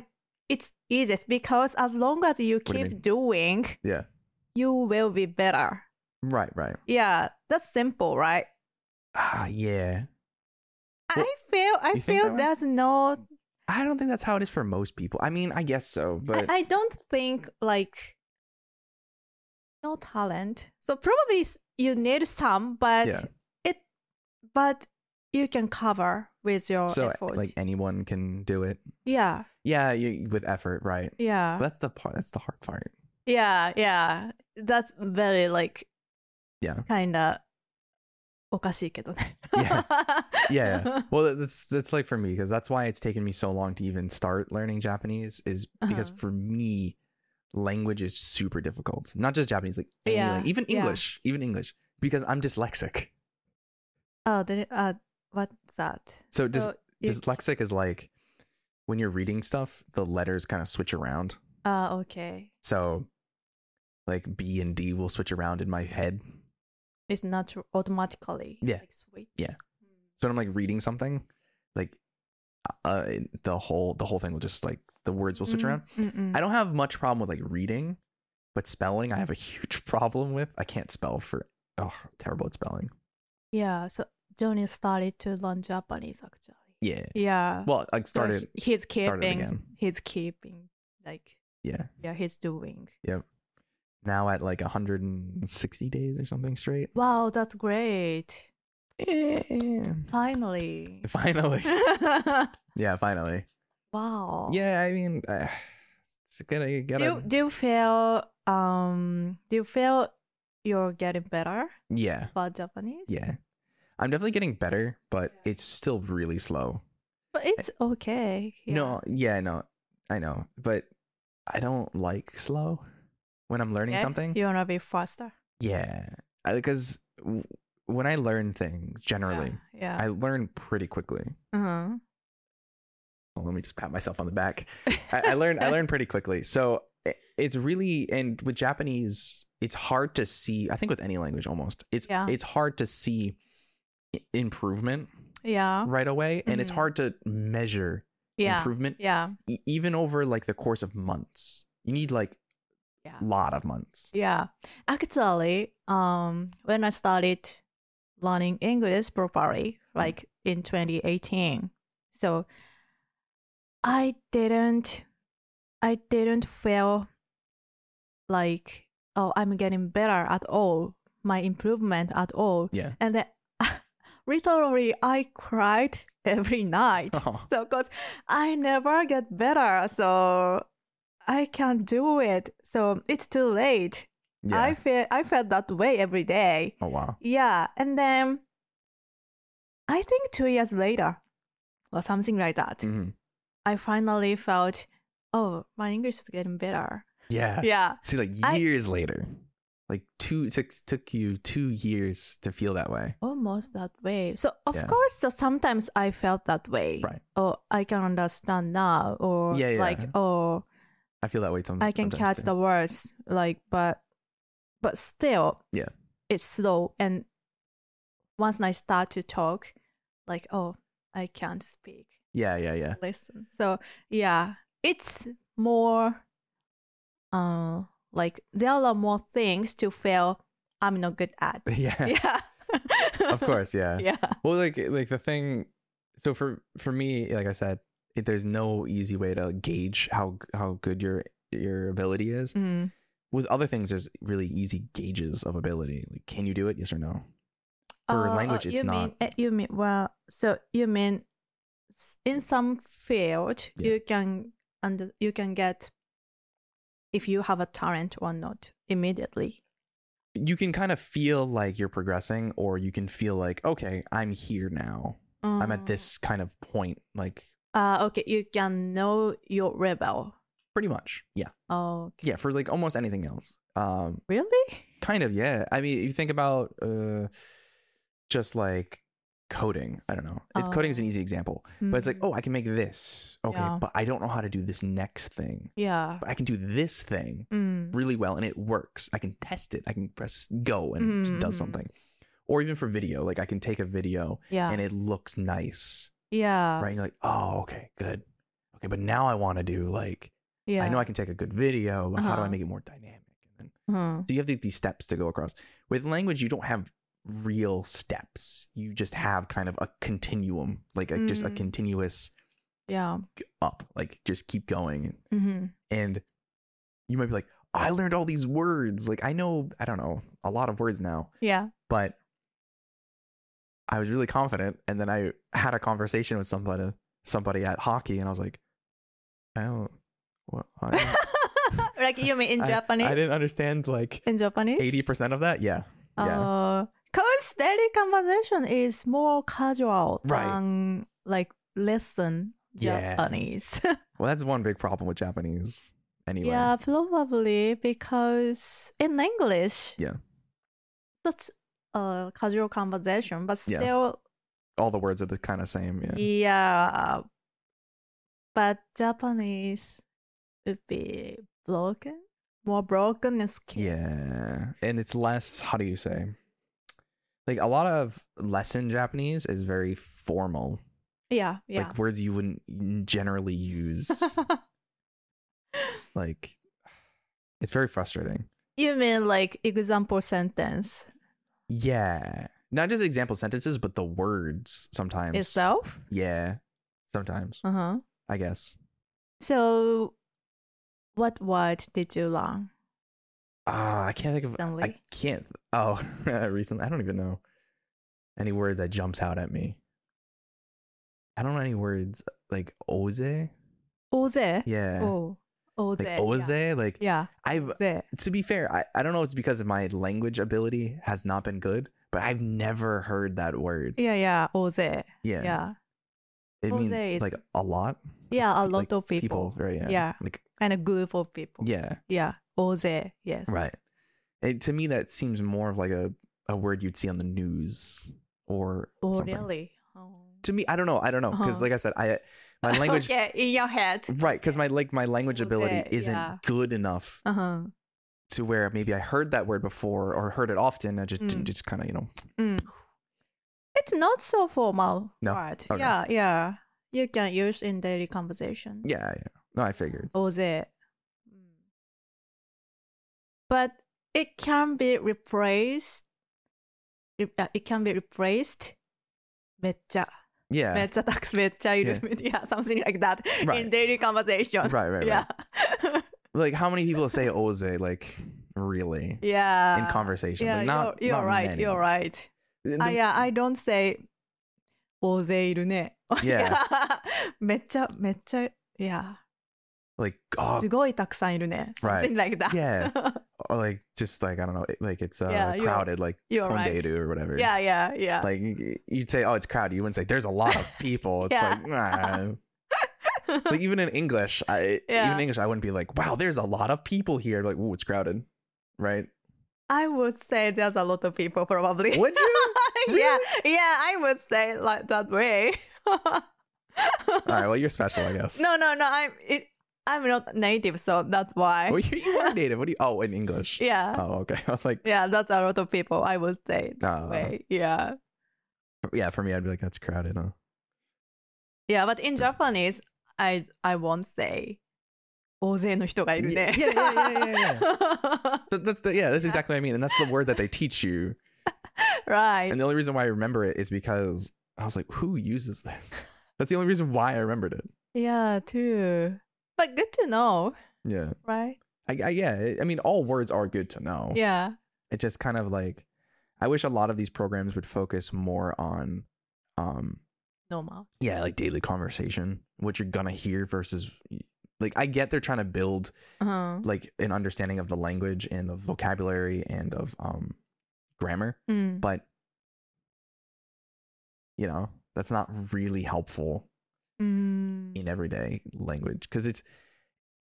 Speaker 1: it's easiest because as long as you
Speaker 2: do you mean?
Speaker 1: keep doing
Speaker 2: yeah,
Speaker 1: you will be better
Speaker 2: right, right.
Speaker 1: yeah that's simple right
Speaker 2: Ah, yeah. Well,
Speaker 1: i feel i
Speaker 2: you think
Speaker 1: feel
Speaker 2: that way?
Speaker 1: that's no
Speaker 2: I don't think that's how it is for most people. I mean, I guess so, but
Speaker 1: I, I don't think like no talent. So probably s- you need some, but
Speaker 2: Yeah.
Speaker 1: it but you can cover with your
Speaker 2: so eh,
Speaker 1: effort.
Speaker 2: like anyone can do it.
Speaker 1: yeah,
Speaker 2: Yeah, you, with effort, right?
Speaker 1: yeah,
Speaker 2: That's the part. That's the hard part.
Speaker 1: yeah, yeah. That's very like
Speaker 2: Yeah.
Speaker 1: kind of おかしいけどね。
Speaker 2: Yeah. Yeah. yeah. well, that's that's like for me because that's why it's taken me so long to even start learning Japanese is because
Speaker 1: Uh-huh.
Speaker 2: for me, language is super difficult. Not just Japanese, like any
Speaker 1: Yeah,
Speaker 2: lang- even
Speaker 1: yeah.
Speaker 2: English, even English, because I'm dyslexic.
Speaker 1: oh, did it, uh, what's that?
Speaker 2: So does-
Speaker 1: you-
Speaker 2: dyslexic is like when you're reading stuff, the letters kind of switch around.
Speaker 1: Uh, okay.
Speaker 2: So like B and D will switch around in my head.
Speaker 1: It's not tr- automatically.
Speaker 2: Yeah.
Speaker 1: Like switch. Mm.
Speaker 2: Yeah. So when I'm like reading something, like uh, the whole the whole thing will just like the words
Speaker 1: Mm,
Speaker 2: will switch
Speaker 1: Mm-hmm.
Speaker 2: around. I don't have much problem with like reading, but spelling I have a huge problem with. I can't spell for oh terrible at spelling.
Speaker 1: Yeah, so Johnny started to learn Japanese actually.
Speaker 2: Yeah.
Speaker 1: Yeah.
Speaker 2: Well, I
Speaker 1: So
Speaker 2: started.
Speaker 1: he- he's
Speaker 2: started
Speaker 1: keeping.
Speaker 2: again.
Speaker 1: He's keeping. Like
Speaker 2: Yeah.
Speaker 1: yeah, he's doing.
Speaker 2: Now at like 160 days or something straight.
Speaker 1: Wow, that's great!
Speaker 2: Yeah.
Speaker 1: Finally.
Speaker 2: Finally. yeah. Finally.
Speaker 1: wow.
Speaker 2: Yeah, I mean, uh, it's gonna you
Speaker 1: Do
Speaker 2: gotta.
Speaker 1: you, do you feel um do you feel you're getting better
Speaker 2: yeah,
Speaker 1: about Japanese?
Speaker 2: yeah. I'm definitely getting better, but it's still really slow.
Speaker 1: But it's okay. Yeah.
Speaker 2: No, yeah, no, I know, but I don't like slow when I'm learning
Speaker 1: Okay?
Speaker 2: something.
Speaker 1: You wanna be faster.
Speaker 2: Yeah, because when I learn things, generally,
Speaker 1: Yeah.
Speaker 2: I learn pretty quickly.
Speaker 1: yeah. Uh-huh.
Speaker 2: let me just pat myself on the back. I, I learned I learned pretty quickly. So i- it's really and with Japanese, it's hard to see. I think with any language almost, it's
Speaker 1: Yeah.
Speaker 2: it's hard to see i- improvement
Speaker 1: yeah.
Speaker 2: right away, and it's
Speaker 1: Mhm.
Speaker 2: hard to measure
Speaker 1: Yeah.
Speaker 2: improvement
Speaker 1: Yeah.
Speaker 2: e- even over like the course of months. You need like a
Speaker 1: Yeah.
Speaker 2: lot of months.
Speaker 1: Yeah. Actually, um, when I started learning English properly, like in 2018, so I didn't, I didn't feel like, oh, I'm getting better at all, my improvement at all.
Speaker 2: Yeah.
Speaker 1: And then literally, I cried every night.
Speaker 2: Oh,
Speaker 1: So, because I never get better, so I can't do it. So it's too late.
Speaker 2: yeah.
Speaker 1: I feel I felt that way every day.
Speaker 2: oh wow.
Speaker 1: Yeah, and then I think two years later, or something like that,
Speaker 2: Mhm.
Speaker 1: I finally felt, oh, my English is getting better.
Speaker 2: Yeah.
Speaker 1: Yeah,
Speaker 2: See, like
Speaker 1: I-
Speaker 2: years later, like two took took you two years to feel that way.
Speaker 1: almost that way. So of
Speaker 2: Yeah.
Speaker 1: course, so sometimes I felt that way.
Speaker 2: Right.
Speaker 1: Oh, I can understand now, or
Speaker 2: Yeah, yeah.
Speaker 1: like, oh,
Speaker 2: I feel that way some- Mm,
Speaker 1: I
Speaker 2: sometimes.
Speaker 1: can catch
Speaker 2: too.
Speaker 1: the words, like, but but still,
Speaker 2: Yeah.
Speaker 1: it's slow. And once I start to talk, like, oh, I can't speak,
Speaker 2: Yeah, yeah, yeah.
Speaker 1: listen. So yeah, it's more, uh, like there are more things to feel I'm not good at.
Speaker 2: Yeah.
Speaker 1: yeah,
Speaker 2: Of course, yeah.
Speaker 1: yeah,
Speaker 2: Well, like eh, like the thing so for for me, like I said, it, there's no easy way to gauge how how good your your ability is.
Speaker 1: Mm.
Speaker 2: With other things there's really easy gauges of ability. Like can you do it? Yes or no? For language, it's
Speaker 1: you
Speaker 2: not.
Speaker 1: Mean, uh, you mean well? So you mean s- in some field
Speaker 2: Yeah.
Speaker 1: you can under you can get if you have a talent or not immediately.
Speaker 2: You can kind of feel like you're progressing or you can feel like, okay, I'm here now. I'm at
Speaker 1: Mm.
Speaker 2: this kind of point like
Speaker 1: Uh, okay, you can know your level.
Speaker 2: pretty much. Yeah.
Speaker 1: Okay.
Speaker 2: Yeah, for like almost anything else. Um
Speaker 1: Really?
Speaker 2: kind of yeah i mean you think about uh just like coding i don't know it's coding's
Speaker 1: Oh.
Speaker 2: an easy example but it's like
Speaker 1: Mm.
Speaker 2: oh i can make this okay
Speaker 1: Yeah.
Speaker 2: but i don't know how to do this next thing
Speaker 1: yeah.
Speaker 2: but i can do this thing
Speaker 1: Mm.
Speaker 2: really well and it works i can test it i can press go and it just does
Speaker 1: Mhm.
Speaker 2: something or even for video like i can take a video
Speaker 1: Yeah.
Speaker 2: and it looks nice
Speaker 1: yeah.
Speaker 2: right and you're like oh okay good okay but now i want to do like
Speaker 1: Yeah.
Speaker 2: i know i can take a good video but how do i
Speaker 1: Uh-huh.
Speaker 2: make it more dynamic and then
Speaker 1: Mm.
Speaker 2: so you have the- these steps to go across. With language, you don't have real steps. You just have kind of a continuum, like a, just a
Speaker 1: Mm.
Speaker 2: continuous
Speaker 1: Yeah.
Speaker 2: up, like just keep going.
Speaker 1: hmm
Speaker 2: And you might be like, I learned all these words. Like I know, I don't know, a lot of words now,
Speaker 1: Yeah.
Speaker 2: but I was really confident. And then I had a conversation with somebody, somebody at hockey, and I was like, I don't. Well, I,
Speaker 1: like you mean in
Speaker 2: I-
Speaker 1: Japanese?
Speaker 2: I didn't understand like
Speaker 1: in Japanese?
Speaker 2: eighty percent of that. Yeah, yeah.
Speaker 1: Because daily Uh, conversation is more casual
Speaker 2: Right.
Speaker 1: than like lesson
Speaker 2: Yeah.
Speaker 1: Japanese.
Speaker 2: Well, that's one big problem with Japanese anyway.
Speaker 1: yeah, probably because in English,
Speaker 2: Yeah.
Speaker 1: that's a casual conversation, but
Speaker 2: Yeah.
Speaker 1: still,
Speaker 2: All the words are the kind of same.
Speaker 1: yeah.
Speaker 2: Yeah.
Speaker 1: But Japanese would be broken, more broken and scared.
Speaker 2: Yeah. And it's less, how do you say? Like a lot of lesson Japanese is very formal.
Speaker 1: Yeah, yeah.
Speaker 2: Like words you wouldn't generally use. like it's very frustrating.
Speaker 1: you mean like example sentence
Speaker 2: Yeah. Not just example sentences, but the words sometimes.
Speaker 1: itself?
Speaker 2: Yeah. Sometimes,
Speaker 1: Uh huh.
Speaker 2: I guess.
Speaker 1: So, what word did you learn
Speaker 2: Ah, I can't think of I
Speaker 1: recently?
Speaker 2: can't. Oh, recently I don't even know any word that jumps out at me. I don't know any words like oze.
Speaker 1: Oze.
Speaker 2: Yeah,
Speaker 1: Oh, oze.
Speaker 2: like
Speaker 1: yeah.
Speaker 2: oze. Like
Speaker 1: Yeah.
Speaker 2: I've.
Speaker 1: Oze.
Speaker 2: To be fair, I, I don't know. It's because of my language ability has not been good, but I've never heard that word.
Speaker 1: Yeah, yeah. Oze.
Speaker 2: Yeah,
Speaker 1: Yeah. Yeah.
Speaker 2: It means
Speaker 1: Oze is-
Speaker 2: like a lot.
Speaker 1: a lot
Speaker 2: like,
Speaker 1: of people.
Speaker 2: People, right? Yeah.
Speaker 1: Yeah.
Speaker 2: Like
Speaker 1: And a group of people.
Speaker 2: yeah,
Speaker 1: Yeah. Oze. Yes.
Speaker 2: right. It, to me, that seems more of like a a word you'd see on the news or
Speaker 1: Oh,
Speaker 2: something.
Speaker 1: really? Oh.
Speaker 2: to me i don't know i don't know because
Speaker 1: Uh-huh.
Speaker 2: like i said i My language, Mm.
Speaker 1: okay, in your head.
Speaker 2: right? Because my like my language
Speaker 1: Was
Speaker 2: ability
Speaker 1: it-
Speaker 2: isn't
Speaker 1: yeah.
Speaker 2: good enough
Speaker 1: Uh huh.
Speaker 2: to where maybe I heard that word before or heard it often. I just
Speaker 1: Mm.
Speaker 2: just kind of you know
Speaker 1: Mm. It's not so formal
Speaker 2: No?
Speaker 1: part.
Speaker 2: Okay.
Speaker 1: Yeah, yeah. You can use in daily conversation.
Speaker 2: yeah yeah. No, I figured.
Speaker 1: Or the.
Speaker 2: Mm.
Speaker 1: But it can be replaced. re- uh, It can be replaced. めっちゃ、
Speaker 2: Yeah.
Speaker 1: めっちゃたくさんめっちゃいる。yeah, something like that
Speaker 2: Right.
Speaker 1: in daily conversation.
Speaker 2: right. Right. Right.
Speaker 1: Yeah.
Speaker 2: Like how many people say oze? Like really
Speaker 1: yeah.
Speaker 2: in conversation?
Speaker 1: Yeah,
Speaker 2: like, not,
Speaker 1: you're, you're
Speaker 2: not
Speaker 1: right.
Speaker 2: many. mm.
Speaker 1: You're right.
Speaker 2: The-
Speaker 1: Ah, yeah, I don't say 大勢いるね。
Speaker 2: Yeah.
Speaker 1: めっちゃめっちゃ、yeah.
Speaker 2: Like oh
Speaker 1: すごいたくさんいるね。
Speaker 2: Right.
Speaker 1: Something like that.
Speaker 2: Yeah. or like just like I don't know, it- like it's uh,
Speaker 1: Yeah, you're-
Speaker 2: crowded, like
Speaker 1: you're right.
Speaker 2: Konderu or whatever.
Speaker 1: yeah, yeah, yeah.
Speaker 2: Like y- you'd say, oh, it's crowded. You wouldn't say there's a lot of people. It's
Speaker 1: Yeah.
Speaker 2: like, nah. like even in English, I even
Speaker 1: Yeah.
Speaker 2: in English, I wouldn't be like, wow, there's a lot of people here. Like, ooh, it's crowded, right?
Speaker 1: I would say there's a lot of people probably.
Speaker 2: Would you?
Speaker 1: yeah, yeah, I would say like that way.
Speaker 2: All right, well, you're special, I guess.
Speaker 1: no, no, no. I'm it. I'm not native, so that's why.
Speaker 2: well, you, you are native. What do you? Oh, in English.
Speaker 1: yeah,
Speaker 2: Oh, okay. I was like,
Speaker 1: yeah. That's a lot of people. I would say that
Speaker 2: uh,
Speaker 1: way. Yeah.
Speaker 2: yeah. For me, I'd be like, that's crowded, huh?
Speaker 1: Yeah, but in Japanese, I I won't say 大勢の人がいる ね。
Speaker 2: Yeah, yeah, yeah, yeah, But that's the yeah. That's exactly what I mean, and that's the word that they teach you.
Speaker 1: right.
Speaker 2: And the only reason why I remember it is because I was like, who uses this? That's the only reason why I remembered it.
Speaker 1: Yeah, too. But good to know,
Speaker 2: Yeah.
Speaker 1: right?
Speaker 2: I, I yeah, it- I mean all words are good to know.
Speaker 1: Yeah.
Speaker 2: It just kind of like I wish a lot of these programs would focus more on um
Speaker 1: Normal.
Speaker 2: yeah, like daily conversation, what you're gonna hear versus like I get they're trying to build
Speaker 1: Uh-huh.
Speaker 2: like an understanding of the language and of vocabulary and of um grammar,
Speaker 1: Mm.
Speaker 2: but you know, that's not really helpful
Speaker 1: Mm.
Speaker 2: in everyday language because it's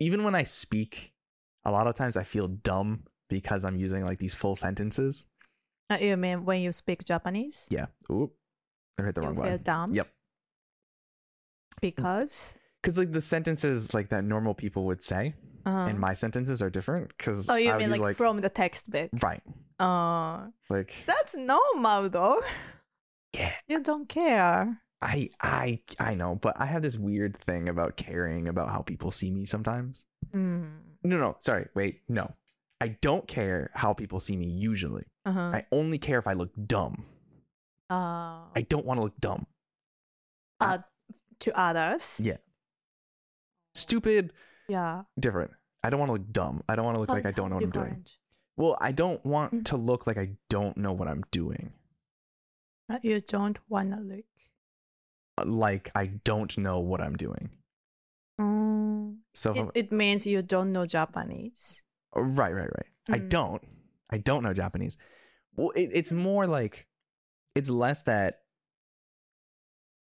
Speaker 2: even when I speak, a lot of times I feel dumb because I'm using like these full sentences.
Speaker 1: Uh, you mean when you speak Japanese?
Speaker 2: Yeah. Oop. I hit the
Speaker 1: you
Speaker 2: wrong
Speaker 1: feel
Speaker 2: button.
Speaker 1: dumb?
Speaker 2: Yep.
Speaker 1: Because?
Speaker 2: Because like the sentences like that normal people would say,
Speaker 1: Uh-huh.
Speaker 2: and my sentences are different. Because
Speaker 1: oh, you
Speaker 2: I would
Speaker 1: mean
Speaker 2: use,
Speaker 1: like, from the textbook?
Speaker 2: right,
Speaker 1: Uh,
Speaker 2: like
Speaker 1: that's normal though.
Speaker 2: Yeah.
Speaker 1: You don't care.
Speaker 2: I I I know, but I have this weird thing about caring about how people see me sometimes.
Speaker 1: Mm.
Speaker 2: No, no, sorry, wait, no, I don't care how people see me usually.
Speaker 1: Uh-huh.
Speaker 2: I only care if I look dumb.
Speaker 1: uh,
Speaker 2: I don't want to look dumb.
Speaker 1: uh, to others.
Speaker 2: Yeah. Stupid,
Speaker 1: Yeah.
Speaker 2: different. I don't want to look dumb. I don't want to look like I don't know what I'm doing. Well, I don't want
Speaker 1: Mm.
Speaker 2: to look like I don't know what I'm doing.
Speaker 1: doing. Uh, You don't want to look.
Speaker 2: Like I don't know what I'm doing.
Speaker 1: Mm.
Speaker 2: So if
Speaker 1: It,
Speaker 2: I'm-
Speaker 1: it means you don't know Japanese.
Speaker 2: oh, right, right, right. I
Speaker 1: Mm.
Speaker 2: don't. I don't know Japanese. Well, it, it's more like it's less that.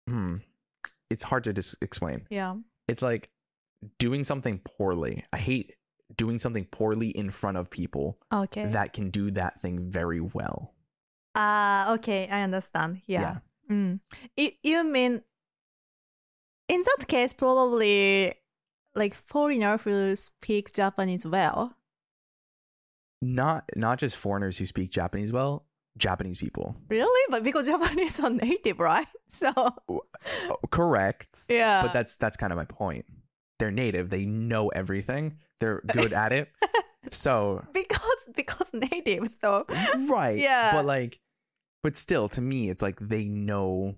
Speaker 2: Hmm. It's hard to dis- explain.
Speaker 1: Yeah.
Speaker 2: It's like doing something poorly. I hate doing something poorly in front of people
Speaker 1: Okay.
Speaker 2: that can do that thing very well.
Speaker 1: Ah, okay. I understand. Yeah. Mm. You, you mean, in that case, probably like foreigner who speak Japanese well.
Speaker 2: not not just foreigners who speak Japanese well, Japanese people.
Speaker 1: Really? But because Japanese are native, right? So,
Speaker 2: Oh, correct.
Speaker 1: yeah.
Speaker 2: But that's that's kind of my point. They're native. They know everything. They're good at it. So
Speaker 1: because, because native. So,
Speaker 2: right.
Speaker 1: Yeah.
Speaker 2: But like, but still, to me, it's like they know,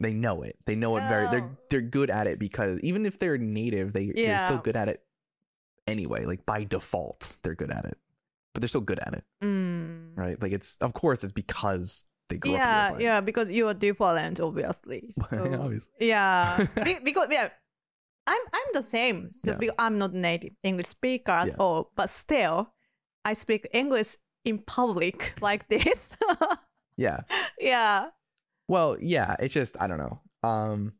Speaker 2: they know it. They know it very. They're
Speaker 1: No.
Speaker 2: they're good at it because even if they're native, they they're so
Speaker 1: Oh. Yeah.
Speaker 2: good at it anyway. Like by default, they're good at it. But they're still good at it,
Speaker 1: mm.
Speaker 2: right? Like it's of course it's because they grew
Speaker 1: yeah
Speaker 2: up.
Speaker 1: yeah because you are different obviously so- um,
Speaker 2: Obviously.
Speaker 1: yeah Be- because yeah i'm i'm the same so
Speaker 2: Yeah.
Speaker 1: be- i'm not native english speaker at
Speaker 2: Yeah.
Speaker 1: all but still i speak english in public like this
Speaker 2: Yeah.
Speaker 1: yeah
Speaker 2: Well, yeah, it's just I don't know. Um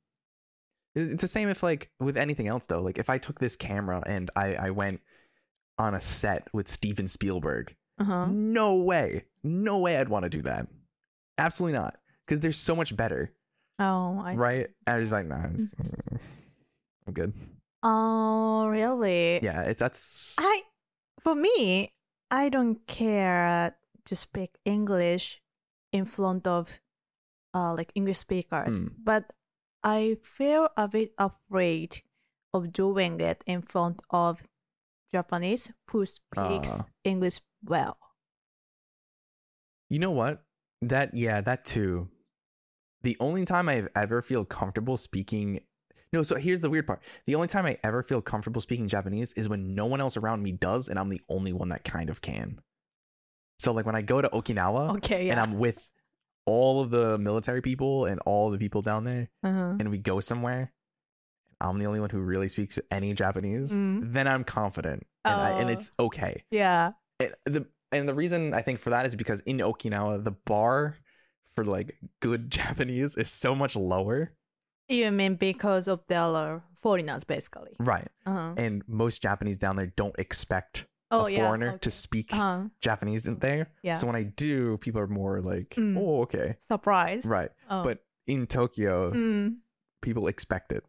Speaker 2: it's it's the same if like with anything else though. Like if I took this camera and I I went on a set with Steven Spielberg.
Speaker 1: uh-huh.
Speaker 2: No way. No way I'd want to do that. Absolutely not. Cuz they're so much better,
Speaker 1: oh i see. Mm.
Speaker 2: right? I was like, nah, I'm just- I'm good.
Speaker 1: Oh, really?
Speaker 2: Yeah, it's that's
Speaker 1: I, for me, I don't care to speak English in front of uh, like English speakers,
Speaker 2: Mm.
Speaker 1: but I feel a bit afraid of doing it in front of Japanese who speaks
Speaker 2: Ah.
Speaker 1: English well.
Speaker 2: You know what? That yeah, that too. The only time I ever feel comfortable speaking No, so here's the weird part. The only time I ever feel comfortable speaking Japanese is when no one else around me does and I'm the only one that kind of can. So like when I go to Okinawa
Speaker 1: Okay,
Speaker 2: Oh. and
Speaker 1: yeah.
Speaker 2: I'm with all of the military people and all the people down there
Speaker 1: Uh-huh.
Speaker 2: and we go somewhere I'm the only one who really speaks any Japanese,
Speaker 1: Mm.
Speaker 2: then I'm confident and, I, and
Speaker 1: Oh.
Speaker 2: it's okay.
Speaker 1: Yeah.
Speaker 2: And the and the reason I think for that is because in Okinawa the bar for like good Japanese is so much lower.
Speaker 1: You mean because of the other foreigners, basically?
Speaker 2: Right.
Speaker 1: Uh-huh.
Speaker 2: Mm. And most Japanese down there don't expect
Speaker 1: Oh,
Speaker 2: a
Speaker 1: yeah.
Speaker 2: foreigner
Speaker 1: okay.
Speaker 2: to speak
Speaker 1: Uh-huh.
Speaker 2: Japanese in there.
Speaker 1: Yeah.
Speaker 2: So when I do, people are more like,
Speaker 1: Mm.
Speaker 2: "Oh, okay."
Speaker 1: Surprise.
Speaker 2: Right.
Speaker 1: Oh.
Speaker 2: But in Tokyo,
Speaker 1: Mm.
Speaker 2: people expect it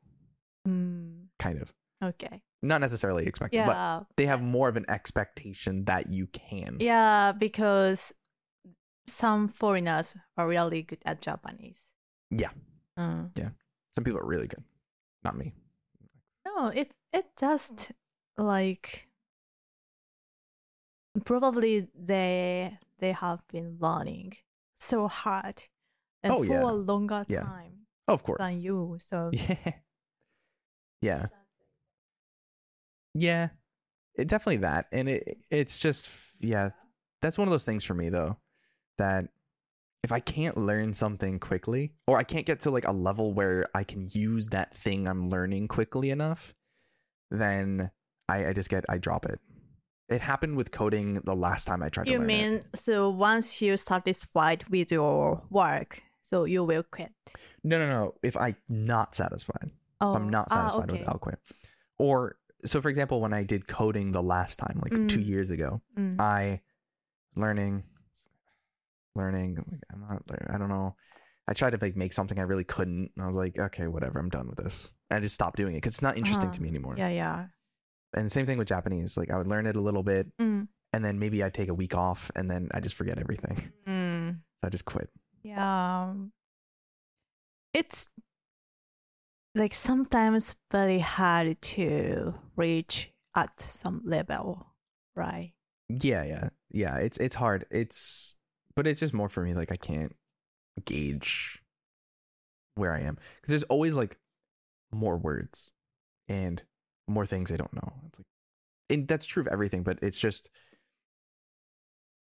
Speaker 1: Mm.
Speaker 2: kind of.
Speaker 1: Okay.
Speaker 2: Not necessarily expect it, but
Speaker 1: Yeah.
Speaker 2: they have more of an expectation that you can.
Speaker 1: Yeah, because some foreigners are really good at Japanese.
Speaker 2: Yeah.
Speaker 1: Mm.
Speaker 2: Some people are really good. Not me.
Speaker 1: No, it it just like probably they they have been learning so hard and
Speaker 2: Oh,
Speaker 1: for
Speaker 2: yeah.
Speaker 1: a longer
Speaker 2: Yeah.
Speaker 1: time
Speaker 2: Oh, of course.
Speaker 1: than you. So
Speaker 2: Yeah. Yeah. Yeah. It, definitely that. And it it's just yeah, that's one of those things for me though that if I can't learn something quickly or I can't get to like a level where I can use that thing I'm learning quickly enough, then I, I just get I drop it. It happened with coding the last time I tried to
Speaker 1: you
Speaker 2: learn it.
Speaker 1: mean so once you're satisfied with your work, so you will quit.
Speaker 2: No, no, no. If I'm not satisfied.
Speaker 1: Oh,
Speaker 2: if I'm not
Speaker 1: ah,
Speaker 2: satisfied
Speaker 1: okay.
Speaker 2: with Alquip. Or so for example, when I did coding the last time, like two
Speaker 1: Mm.
Speaker 2: years ago,
Speaker 1: Mm.
Speaker 2: I learning learning like, I'm not learn- I don't know. I tried to like make something I really couldn't and I was like, okay, whatever, I'm done with this. And I just stopped doing it because it's not interesting
Speaker 1: Uh-huh.
Speaker 2: to me anymore.
Speaker 1: Yeah, yeah.
Speaker 2: And same thing with Japanese. Like I would learn it a little bit
Speaker 1: Mm.
Speaker 2: and then maybe I'd take a week off and then I just forget everything. So
Speaker 1: Mm.
Speaker 2: I just quit.
Speaker 1: Yeah. um, It's like sometimes very hard to reach at some level, right?
Speaker 2: Yeah, yeah. Yeah. It's it's hard. It's but it's just more for me like I can't gauge where I am cuz there's always like more words and more things I don't know. It's like and that's true of everything, but it's just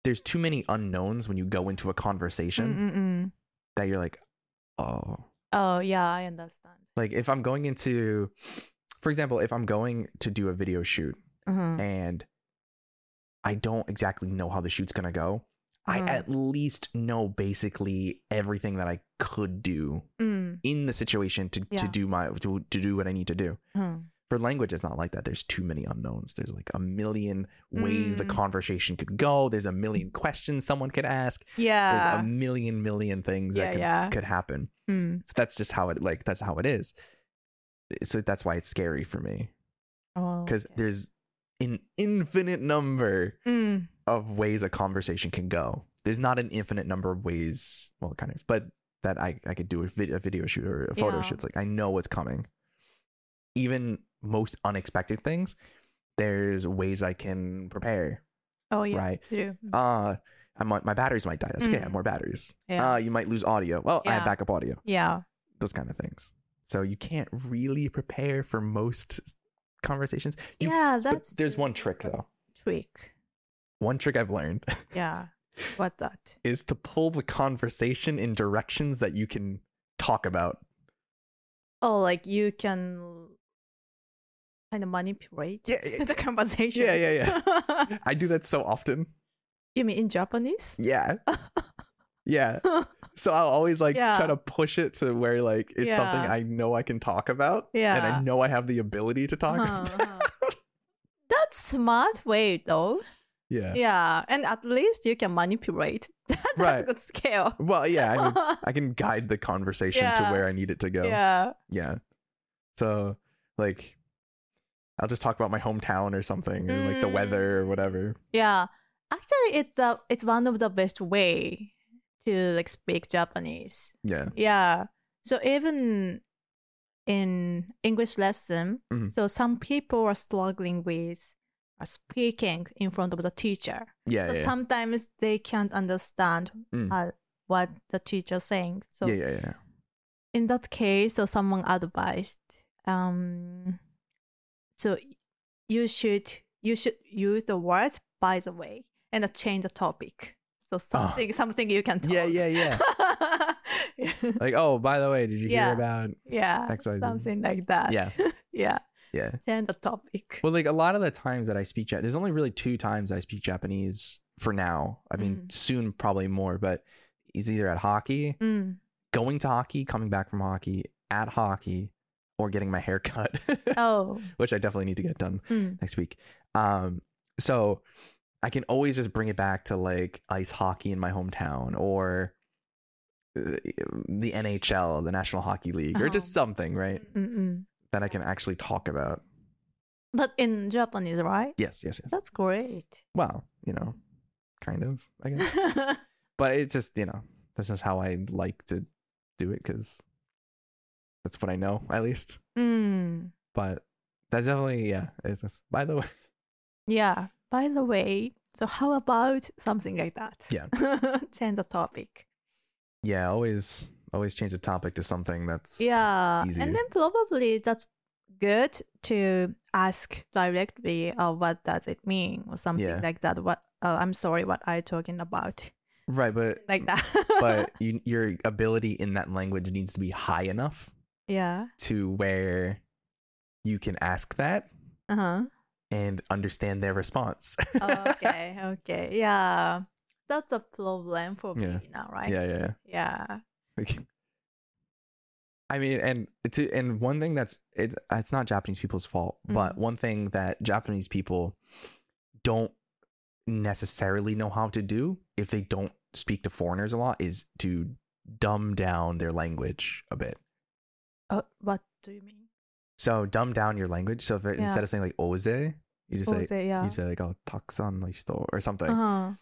Speaker 2: there's too many unknowns when you go into a conversation
Speaker 1: Mm, Mm-mm-mm.
Speaker 2: that you're like, "Oh,
Speaker 1: Oh, yeah, I understand.
Speaker 2: like if I'm going into for example, if I'm going to do a video shoot
Speaker 1: Mhm.
Speaker 2: and I don't exactly know how the shoot's gonna go. I
Speaker 1: Mhm.
Speaker 2: at least know basically everything that I could do
Speaker 1: Mm,
Speaker 2: in the situation to, to
Speaker 1: Yeah.
Speaker 2: do my to, to do what I need to do.
Speaker 1: mhm.
Speaker 2: For language, it's not like that. There's too many unknowns. There's like a million ways the
Speaker 1: Mm.
Speaker 2: conversation could go. There's a million questions someone could ask. There's a
Speaker 1: Yeah.
Speaker 2: million million things
Speaker 1: Yeah,
Speaker 2: that could,
Speaker 1: Uh. yeah.
Speaker 2: could happen.
Speaker 1: Mm.
Speaker 2: So that's just how it like that's how it is. So that's why it's scary for me
Speaker 1: Oh,
Speaker 2: because
Speaker 1: okay.
Speaker 2: there's an infinite number
Speaker 1: Mm,
Speaker 2: of ways a conversation can go. There's not an infinite number of ways, well, kind of, but that I, I could do a, vid- a video shoot or a photo
Speaker 1: Yeah.
Speaker 2: shoot. It's like I know what's coming. Even most unexpected things, there's ways I can prepare,
Speaker 1: Oh, yeah.
Speaker 2: right?
Speaker 1: True. Mm.
Speaker 2: Uh, I might, my batteries might die. That's okay. I have
Speaker 1: Mm.
Speaker 2: more batteries.
Speaker 1: Yeah.
Speaker 2: Uh, you might lose audio. Well, I have
Speaker 1: Yeah.
Speaker 2: backup audio,
Speaker 1: yeah.
Speaker 2: those kind of things. So you can't really prepare for most conversations. You-
Speaker 1: yeah,
Speaker 2: But
Speaker 1: that's
Speaker 2: there's
Speaker 1: the
Speaker 2: one trick, though.
Speaker 1: trick.
Speaker 2: One trick I've learned.
Speaker 1: Yeah. What's that?
Speaker 2: is to pull the conversation in directions that you can talk about.
Speaker 1: Oh, like you can kind of manipulate
Speaker 2: Yeah, yeah.
Speaker 1: the conversation.
Speaker 2: Yeah, yeah,
Speaker 1: yeah.
Speaker 2: I do that so often.
Speaker 1: You mean in Japanese?
Speaker 2: Yeah. Yeah. So I'll always like
Speaker 1: Yeah.
Speaker 2: try to push it to where like it's something
Speaker 1: Yeah.
Speaker 2: I know I can talk about. And I
Speaker 1: Yeah.
Speaker 2: know I have the ability to talk
Speaker 1: Uh-huh,
Speaker 2: about.
Speaker 1: uh-huh. That's smart way though.
Speaker 2: Yeah.
Speaker 1: Yeah, and at least you can manipulate. That's a
Speaker 2: Right.
Speaker 1: good skill.
Speaker 2: Well, yeah, I, mean, I can guide the conversation to
Speaker 1: Yeah.
Speaker 2: where I need it to go.
Speaker 1: yeah.
Speaker 2: Yeah. So Like, I'll just talk about my hometown or something, or like the
Speaker 1: Mm.
Speaker 2: weather or whatever.
Speaker 1: Yeah, actually, it's the it's one of the best way to like speak Japanese.
Speaker 2: Yeah.
Speaker 1: Yeah. So even in English lesson,
Speaker 2: Mhm.
Speaker 1: so some people are struggling with uh, speaking in front of the teacher.
Speaker 2: Yeah.
Speaker 1: so
Speaker 2: yeah, yeah.
Speaker 1: sometimes they can't understand
Speaker 2: Mm.
Speaker 1: uh, what the teacher's saying. So
Speaker 2: yeah. Yeah. Yeah.
Speaker 1: in that case, so someone advised, um, so you should you should use the words by the way and uh, change the topic. So something something you can talk.
Speaker 2: Ah. Yeah. Yeah. Yeah.
Speaker 1: yeah.
Speaker 2: like, oh, by the way, did you
Speaker 1: Yeah. Uh,
Speaker 2: hear about?
Speaker 1: yeah.
Speaker 2: XYZ.
Speaker 1: Something like that.
Speaker 2: Yeah.
Speaker 1: yeah.
Speaker 2: Yeah.
Speaker 1: Change the topic.
Speaker 2: Well, like a lot of the times that I speak, Ja- there's only really two times I speak Japanese for now. I mean,
Speaker 1: Mm.
Speaker 2: soon probably more, but it's either at hockey,
Speaker 1: Mm.
Speaker 2: going to hockey, coming back from hockey, at hockey, or getting my hair cut,
Speaker 1: Oh.
Speaker 2: which I definitely need to get done
Speaker 1: Mm.
Speaker 2: next week. Um, so I can always just bring it back to like ice hockey in my hometown or uh, the NHL, the National Hockey League, or just
Speaker 1: Uh-huh.
Speaker 2: something, right?
Speaker 1: Mm-mm.
Speaker 2: That I can actually talk about.
Speaker 1: Hmm. But in Japanese, right?
Speaker 2: Yes, yes, yes.
Speaker 1: That's great.
Speaker 2: well, you know, kind of, I guess. but it's just, you know, this is how I like to do it because that's what I know, at least.
Speaker 1: mm.
Speaker 2: But that's definitely, yeah. It's, it's- by the way,
Speaker 1: Yeah. By the way, so how about something like that?
Speaker 2: Yeah.
Speaker 1: Change the topic.
Speaker 2: yeah, always, always change the topic to something that's,
Speaker 1: Yeah.
Speaker 2: easier.
Speaker 1: And then probably that's good to ask directly uh, what does it mean or something
Speaker 2: Yeah.
Speaker 1: like that. What uh, I'm sorry, what are you talking about?
Speaker 2: right. But,
Speaker 1: Like that.
Speaker 2: Mm. but you, your ability in that language needs to be high enough
Speaker 1: yeah.
Speaker 2: to where you can ask that
Speaker 1: Uh huh.
Speaker 2: and understand their response.
Speaker 1: okay, okay, yeah, that's a problem for
Speaker 2: Yeah.
Speaker 1: me now, right?
Speaker 2: yeah, yeah, yeah.
Speaker 1: yeah,
Speaker 2: Like, I mean, and to and one thing that's it's it's not Japanese people's fault, but
Speaker 1: Mhm.
Speaker 2: one thing that Japanese people don't necessarily know how to do if they don't speak to foreigners a lot is to dumb down their language a bit.
Speaker 1: Uh, what do you mean?
Speaker 2: So dumb down your language. So if it-
Speaker 1: Yeah.
Speaker 2: instead of saying like oze, you just
Speaker 1: What
Speaker 2: say
Speaker 1: was it? Yeah,
Speaker 2: you say like oh taksan listo or something.
Speaker 1: uh-huh.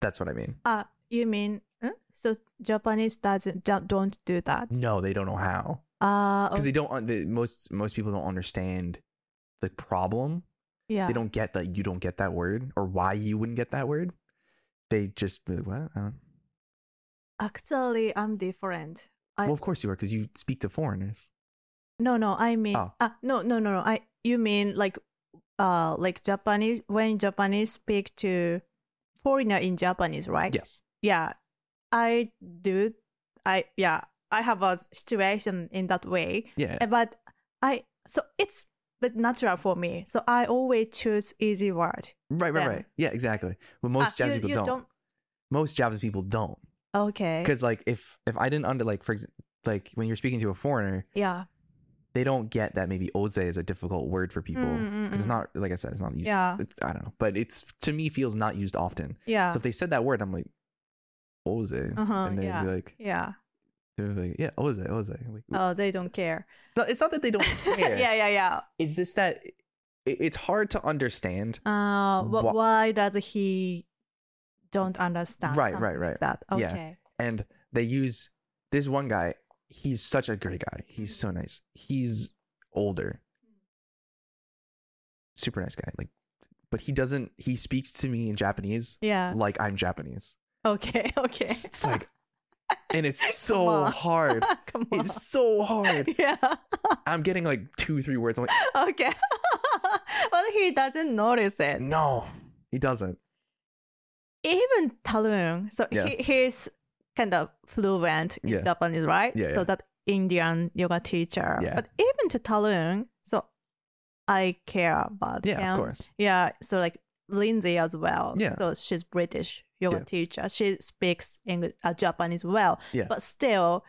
Speaker 2: That's what I mean.
Speaker 1: uh, you mean hmm? so Japanese doesn't do- don't do that?
Speaker 2: No, they don't know how.
Speaker 1: uh,
Speaker 2: because
Speaker 1: okay,
Speaker 2: they don't un- they, most most people don't understand the problem
Speaker 1: yeah,
Speaker 2: they don't get that you don't get that word or why you wouldn't get that word they just be like what I don't...
Speaker 1: actually, I'm different. I-
Speaker 2: well of course you are because you speak to foreigners
Speaker 1: No, no, I mean,
Speaker 2: Oh.
Speaker 1: uh, no, no, no, no. I you mean like, uh, like Japanese when Japanese speak to foreigner in Japanese, right?
Speaker 2: yes
Speaker 1: yeah i do i yeah i have a situation in that way
Speaker 2: yeah
Speaker 1: but i so it's but natural for me so i always choose easy word
Speaker 2: right right
Speaker 1: them.
Speaker 2: right yeah exactly but most
Speaker 1: Ah, you-
Speaker 2: japanese
Speaker 1: you
Speaker 2: people don't.
Speaker 1: don't Eh.
Speaker 2: most japanese people don't
Speaker 1: okay
Speaker 2: because like if if i didn't under like for example like when you're speaking to a foreigner
Speaker 1: yeah
Speaker 2: they don't get that maybe oze is a difficult word for people 'Cause
Speaker 1: Mm, mm,
Speaker 2: it's
Speaker 1: mm.
Speaker 2: not like i said it's not used
Speaker 1: yeah
Speaker 2: it's, i don't know but it's to me feels not used often
Speaker 1: yeah
Speaker 2: So if they said that word, I'm like, Oze.
Speaker 1: Uh-huh,
Speaker 2: and they'd
Speaker 1: yeah.
Speaker 2: be like,
Speaker 1: yeah
Speaker 2: they'd be like, yeah, Oze, Oze. I'm Like,
Speaker 1: oh they don't care
Speaker 2: it's, not, it's not that they don't care.
Speaker 1: yeah yeah yeah
Speaker 2: It's just that it, it's hard to understand.
Speaker 1: uh wh-
Speaker 2: Wha-
Speaker 1: why does he don't understand
Speaker 2: Right, right,
Speaker 1: something like
Speaker 2: right.
Speaker 1: that
Speaker 2: Yeah.
Speaker 1: okay
Speaker 2: And they use this one guy. He's such a great guy. He's so
Speaker 1: Mm-hmm.
Speaker 2: nice. He's older, super nice guy. Like, but he doesn't. He speaks to me in Japanese
Speaker 1: yeah
Speaker 2: like I'm Japanese.
Speaker 1: okay okay
Speaker 2: It's, it's like, and it's
Speaker 1: Come
Speaker 2: so
Speaker 1: on.
Speaker 2: hard.
Speaker 1: come on
Speaker 2: It's so hard.
Speaker 1: yeah
Speaker 2: I'm getting like two, three words. I'm like,
Speaker 1: Okay. but he doesn't notice it.
Speaker 2: No, he doesn't.
Speaker 1: Even Talun, so
Speaker 2: Yeah.
Speaker 1: he, he's kind of fluent in
Speaker 2: Yeah.
Speaker 1: Japanese, right?
Speaker 2: Yeah,
Speaker 1: So
Speaker 2: yeah.
Speaker 1: that Indian yoga teacher.
Speaker 2: Yeah.
Speaker 1: But even to Talun, so I care about
Speaker 2: Yeah,
Speaker 1: him.
Speaker 2: of course.
Speaker 1: Yeah. So like Lindsay as well.
Speaker 2: Yeah.
Speaker 1: So she's British yoga
Speaker 2: Yeah.
Speaker 1: teacher. She speaks English, uh, Japanese well.
Speaker 2: Yeah.
Speaker 1: But still,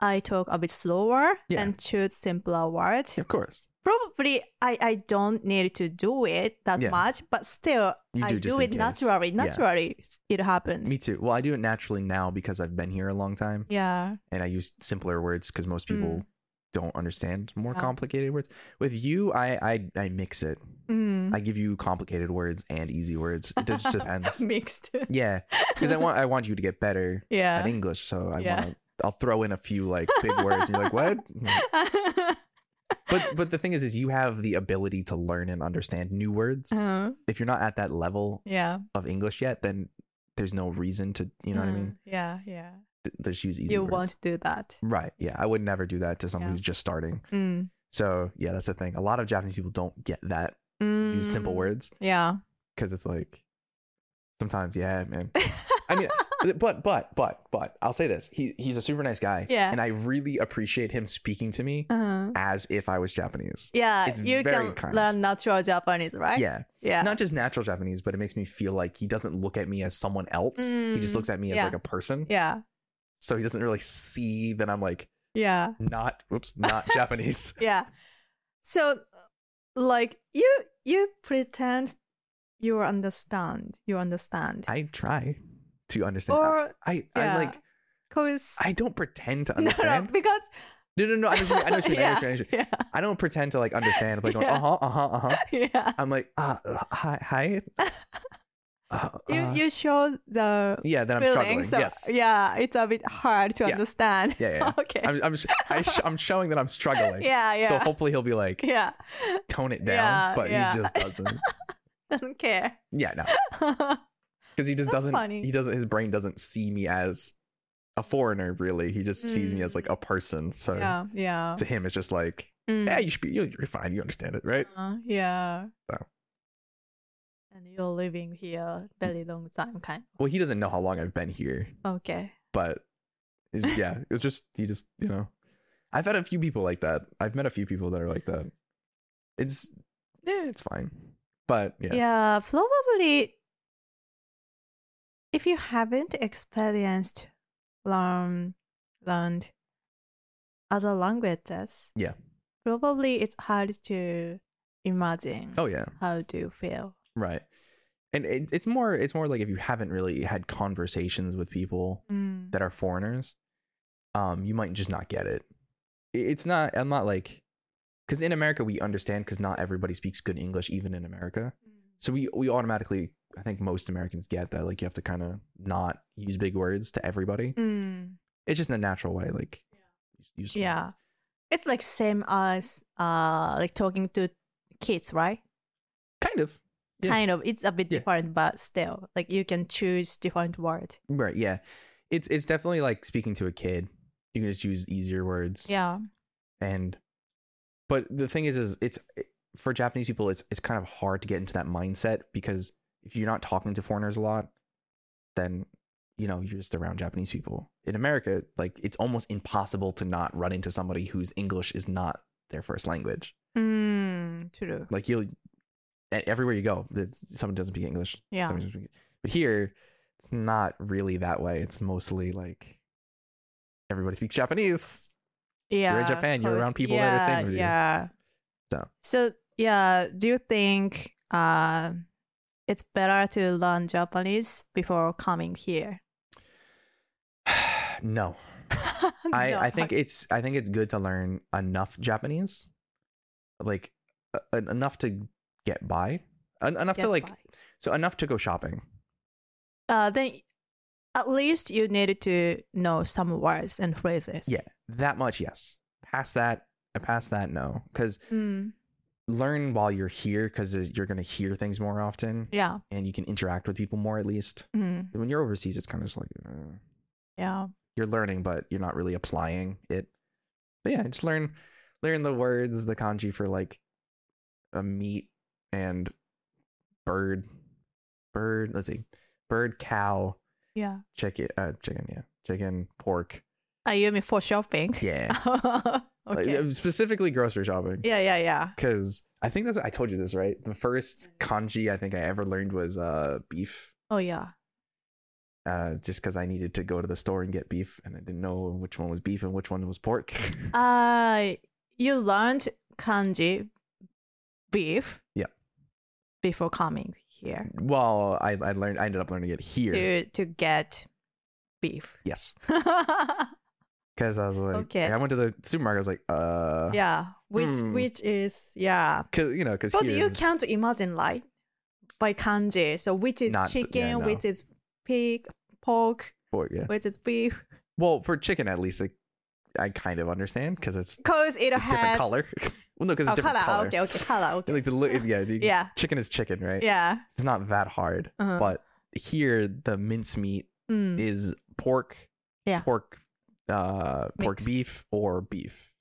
Speaker 1: I talk a bit slower
Speaker 2: Yeah.
Speaker 1: and choose simpler words.
Speaker 2: Yeah, of course.
Speaker 1: probably I, I don't need to do it that
Speaker 2: Yeah.
Speaker 1: much, but still
Speaker 2: You
Speaker 1: I
Speaker 2: do just
Speaker 1: do it
Speaker 2: in case.
Speaker 1: naturally.
Speaker 2: Yeah.
Speaker 1: Naturally, it happens.
Speaker 2: Me too. Well, I do it naturally now because I've been here a long time
Speaker 1: yeah.
Speaker 2: and I use simpler words because most people don't understand more
Speaker 1: Mm. Yeah.
Speaker 2: complicated words. With you, I I, I mix it.
Speaker 1: Mm.
Speaker 2: I give you complicated words and easy words. It just depends.
Speaker 1: Mixed.
Speaker 2: yeah, because I want I want you to get better
Speaker 1: yeah.
Speaker 2: at English, so I
Speaker 1: Yeah.
Speaker 2: want to. I'll throw in a few like big words, and you're like, "What?" But but the thing is, is you have the ability to learn and understand new words.
Speaker 1: Uh,
Speaker 2: If you're not at that level
Speaker 1: yeah.
Speaker 2: of English yet, then there's no reason to, you know what I mean?
Speaker 1: Mm. Yeah, yeah.
Speaker 2: Th- Just use easy
Speaker 1: you
Speaker 2: words.
Speaker 1: won't do that.
Speaker 2: Right. Yeah. I would never do that to someone
Speaker 1: Yeah.
Speaker 2: who's just starting.
Speaker 1: Mm.
Speaker 2: So, yeah, that's the thing. A lot of Japanese people don't get that. Use simple
Speaker 1: Mm.
Speaker 2: words
Speaker 1: Yeah.
Speaker 2: because it's like sometimes, yeah, man. I mean, but, but, but, but I'll say this. He, he's a super nice guy.
Speaker 1: Yeah.
Speaker 2: And I really appreciate him speaking to me
Speaker 1: Uh-huh.
Speaker 2: as if I was Japanese.
Speaker 1: Yeah,
Speaker 2: It's
Speaker 1: you
Speaker 2: very
Speaker 1: can
Speaker 2: kind.
Speaker 1: learn natural Japanese, right?
Speaker 2: Yeah.
Speaker 1: Yeah.
Speaker 2: Not just natural Japanese, but it makes me feel like he doesn't look at me as someone else. He just
Speaker 1: Mm,
Speaker 2: looks at me as
Speaker 1: yeah.
Speaker 2: like a person.
Speaker 1: yeah.
Speaker 2: So he doesn't really see that I'm like
Speaker 1: Yeah.
Speaker 2: not, whoops, not Japanese.
Speaker 1: Yeah. So like you you pretend you understand. You understand.
Speaker 2: I try to understand.
Speaker 1: or
Speaker 2: I,
Speaker 1: yeah.
Speaker 2: I like
Speaker 1: cause
Speaker 2: I don't pretend to
Speaker 1: no, no,
Speaker 2: understand.
Speaker 1: because
Speaker 2: No, no, no. I, understand, I, understand, I,
Speaker 1: yeah,
Speaker 2: understand, I, understand.
Speaker 1: yeah,
Speaker 2: I don't pretend to like understand. I'm like going,
Speaker 1: Yeah.
Speaker 2: uh huh, uh huh, uh huh.
Speaker 1: yeah.
Speaker 2: I'm like, uh, uh, hi, hi. Uh, uh,
Speaker 1: you you show the
Speaker 2: yeah, then I'm struggling.
Speaker 1: feeling, so
Speaker 2: yes.
Speaker 1: yeah, it's a bit hard to
Speaker 2: Yeah.
Speaker 1: understand.
Speaker 2: Yeah, yeah.
Speaker 1: okay.
Speaker 2: I'm, I'm, sh- I sh- I'm showing that I'm struggling.
Speaker 1: yeah, yeah,
Speaker 2: So hopefully he'll be like,
Speaker 1: yeah.
Speaker 2: tone it down,
Speaker 1: Yeah,
Speaker 2: but
Speaker 1: yeah.
Speaker 2: he just doesn't.
Speaker 1: Doesn't care.
Speaker 2: Yeah, no, because he just
Speaker 1: That's
Speaker 2: doesn't.
Speaker 1: funny.
Speaker 2: He doesn't. His brain doesn't see me as a foreigner. Really, he just sees me
Speaker 1: Mm.
Speaker 2: as like a person. So
Speaker 1: yeah, yeah.
Speaker 2: to him, it's just like,
Speaker 1: Mm.
Speaker 2: yeah, you should be. You're you're fine. You understand it, right?
Speaker 1: Uh, yeah.
Speaker 2: So. Mm.
Speaker 1: And you're living here very long time, kind.
Speaker 2: Well, he doesn't know how long I've been here,
Speaker 1: Okay.
Speaker 2: but it's, yeah, it's just he just you know, I've had a few people like that. I've met a few people that are like that. It's yeah, it's fine, but yeah,
Speaker 1: Yeah. probably. If you haven't experienced, learn, learned other languages.
Speaker 2: Yeah.
Speaker 1: Probably it's hard to imagine
Speaker 2: oh yeah,
Speaker 1: how do you feel.
Speaker 2: right. And it, it's more it's more like if you haven't really had conversations with people
Speaker 1: Mm.
Speaker 2: that are foreigners, um, you might just not get it. It- It's not. I'm not like, because in America we understand because not everybody speaks good English even in America.
Speaker 1: Mm.
Speaker 2: so we we automatically i think most americans get that like you have to kind of not use big words to everybody
Speaker 1: Mm.
Speaker 2: it's just in a natural way like use small
Speaker 1: Yeah.
Speaker 2: words.
Speaker 1: It's like same as uh like talking to kids, right?
Speaker 2: kind of Yeah.
Speaker 1: Kind of. It's a bit
Speaker 2: Yeah.
Speaker 1: different, but still, like you can choose different word.
Speaker 2: right yeah it's it's definitely like speaking to a kid you can just use easier words
Speaker 1: Yeah.
Speaker 2: and but the thing is is it's eh, for japanese people it's it's kind of hard to get into that mindset because if you're not talking to foreigners a lot then you know you're just around japanese people in america like it's almost impossible to not run into somebody whose english is not their first language
Speaker 1: Mm, true.
Speaker 2: like you'll e- everywhere you go that someone doesn't speak english
Speaker 1: Yeah.
Speaker 2: someone doesn't speak- but here it's not really that way it's mostly like everybody speaks japanese
Speaker 1: Yeah.
Speaker 2: in Japan, you're
Speaker 1: course.
Speaker 2: around people
Speaker 1: yeah,
Speaker 2: that are same with you.
Speaker 1: Yeah.
Speaker 2: So.
Speaker 1: So yeah, do you think uh it's better to learn Japanese before coming here?
Speaker 2: no I, I think it's I think it's good to learn enough Japanese, like uh, en- enough to get by, en- enough to like so enough to go shopping.
Speaker 1: uh then at least you need to know some words and phrases.
Speaker 2: Yeah, that much. Yes, past that, uh, past that, no, because
Speaker 1: Mm,
Speaker 2: learn while you're here because you're gonna hear things more often
Speaker 1: yeah.
Speaker 2: and you can interact with people more at least.
Speaker 1: Mm,
Speaker 2: When you're overseas, it's kind of just like uh,
Speaker 1: yeah.
Speaker 2: you're learning, but you're not really applying it. But yeah, just learn learn the words, the kanji for like a meat and bird, bird. Let's see, bird, cow,
Speaker 1: Yeah.
Speaker 2: chicken, uh, chicken, yeah, chicken, pork,
Speaker 1: Ah, you mean for shopping?
Speaker 2: yeah. Oh, Like,
Speaker 1: Ah,
Speaker 2: um,
Speaker 1: okay.
Speaker 2: specifically grocery shopping,
Speaker 1: yeah, yeah, yeah.
Speaker 2: because I think that's I told you this right. The first
Speaker 1: Mm.
Speaker 2: kanji I think I ever learned was uh beef.
Speaker 1: Oh, yeah.
Speaker 2: Uh, just because I needed to go to the store and get beef, and I didn't know which one was beef and which one was pork.
Speaker 1: Uh, you learned kanji beef.
Speaker 2: Yeah.
Speaker 1: Before coming here
Speaker 2: Well, I, I learned I ended up learning it here. Uh,
Speaker 1: to to get beef.
Speaker 2: Yes. Because I was like,
Speaker 1: Okay.
Speaker 2: I went to the supermarket. I was like, uh,
Speaker 1: yeah, which
Speaker 2: hmm.
Speaker 1: which is yeah,
Speaker 2: because you know, because
Speaker 1: because you can't imagine like by kanji. So which is
Speaker 2: Not- yeah,
Speaker 1: chicken,
Speaker 2: no.
Speaker 1: which is pig, pork,
Speaker 2: yeah.
Speaker 1: which is beef,
Speaker 2: Well, for chicken at least, like, I kind of understand because it's
Speaker 1: because it
Speaker 2: a different
Speaker 1: has
Speaker 2: color. well, no, because it's
Speaker 1: oh,
Speaker 2: different
Speaker 1: color.
Speaker 2: color.
Speaker 1: Okay, okay, color. Okay,
Speaker 2: Like the li- yeah, the
Speaker 1: Yeah.
Speaker 2: Chicken is chicken, right?
Speaker 1: yeah,
Speaker 2: It's not that hard,
Speaker 1: Uh-huh.
Speaker 2: but here the mincemeat
Speaker 1: Mm.
Speaker 2: is pork,
Speaker 1: Yeah.
Speaker 2: pork, uh, pork
Speaker 1: Mixed.
Speaker 2: beef or beef,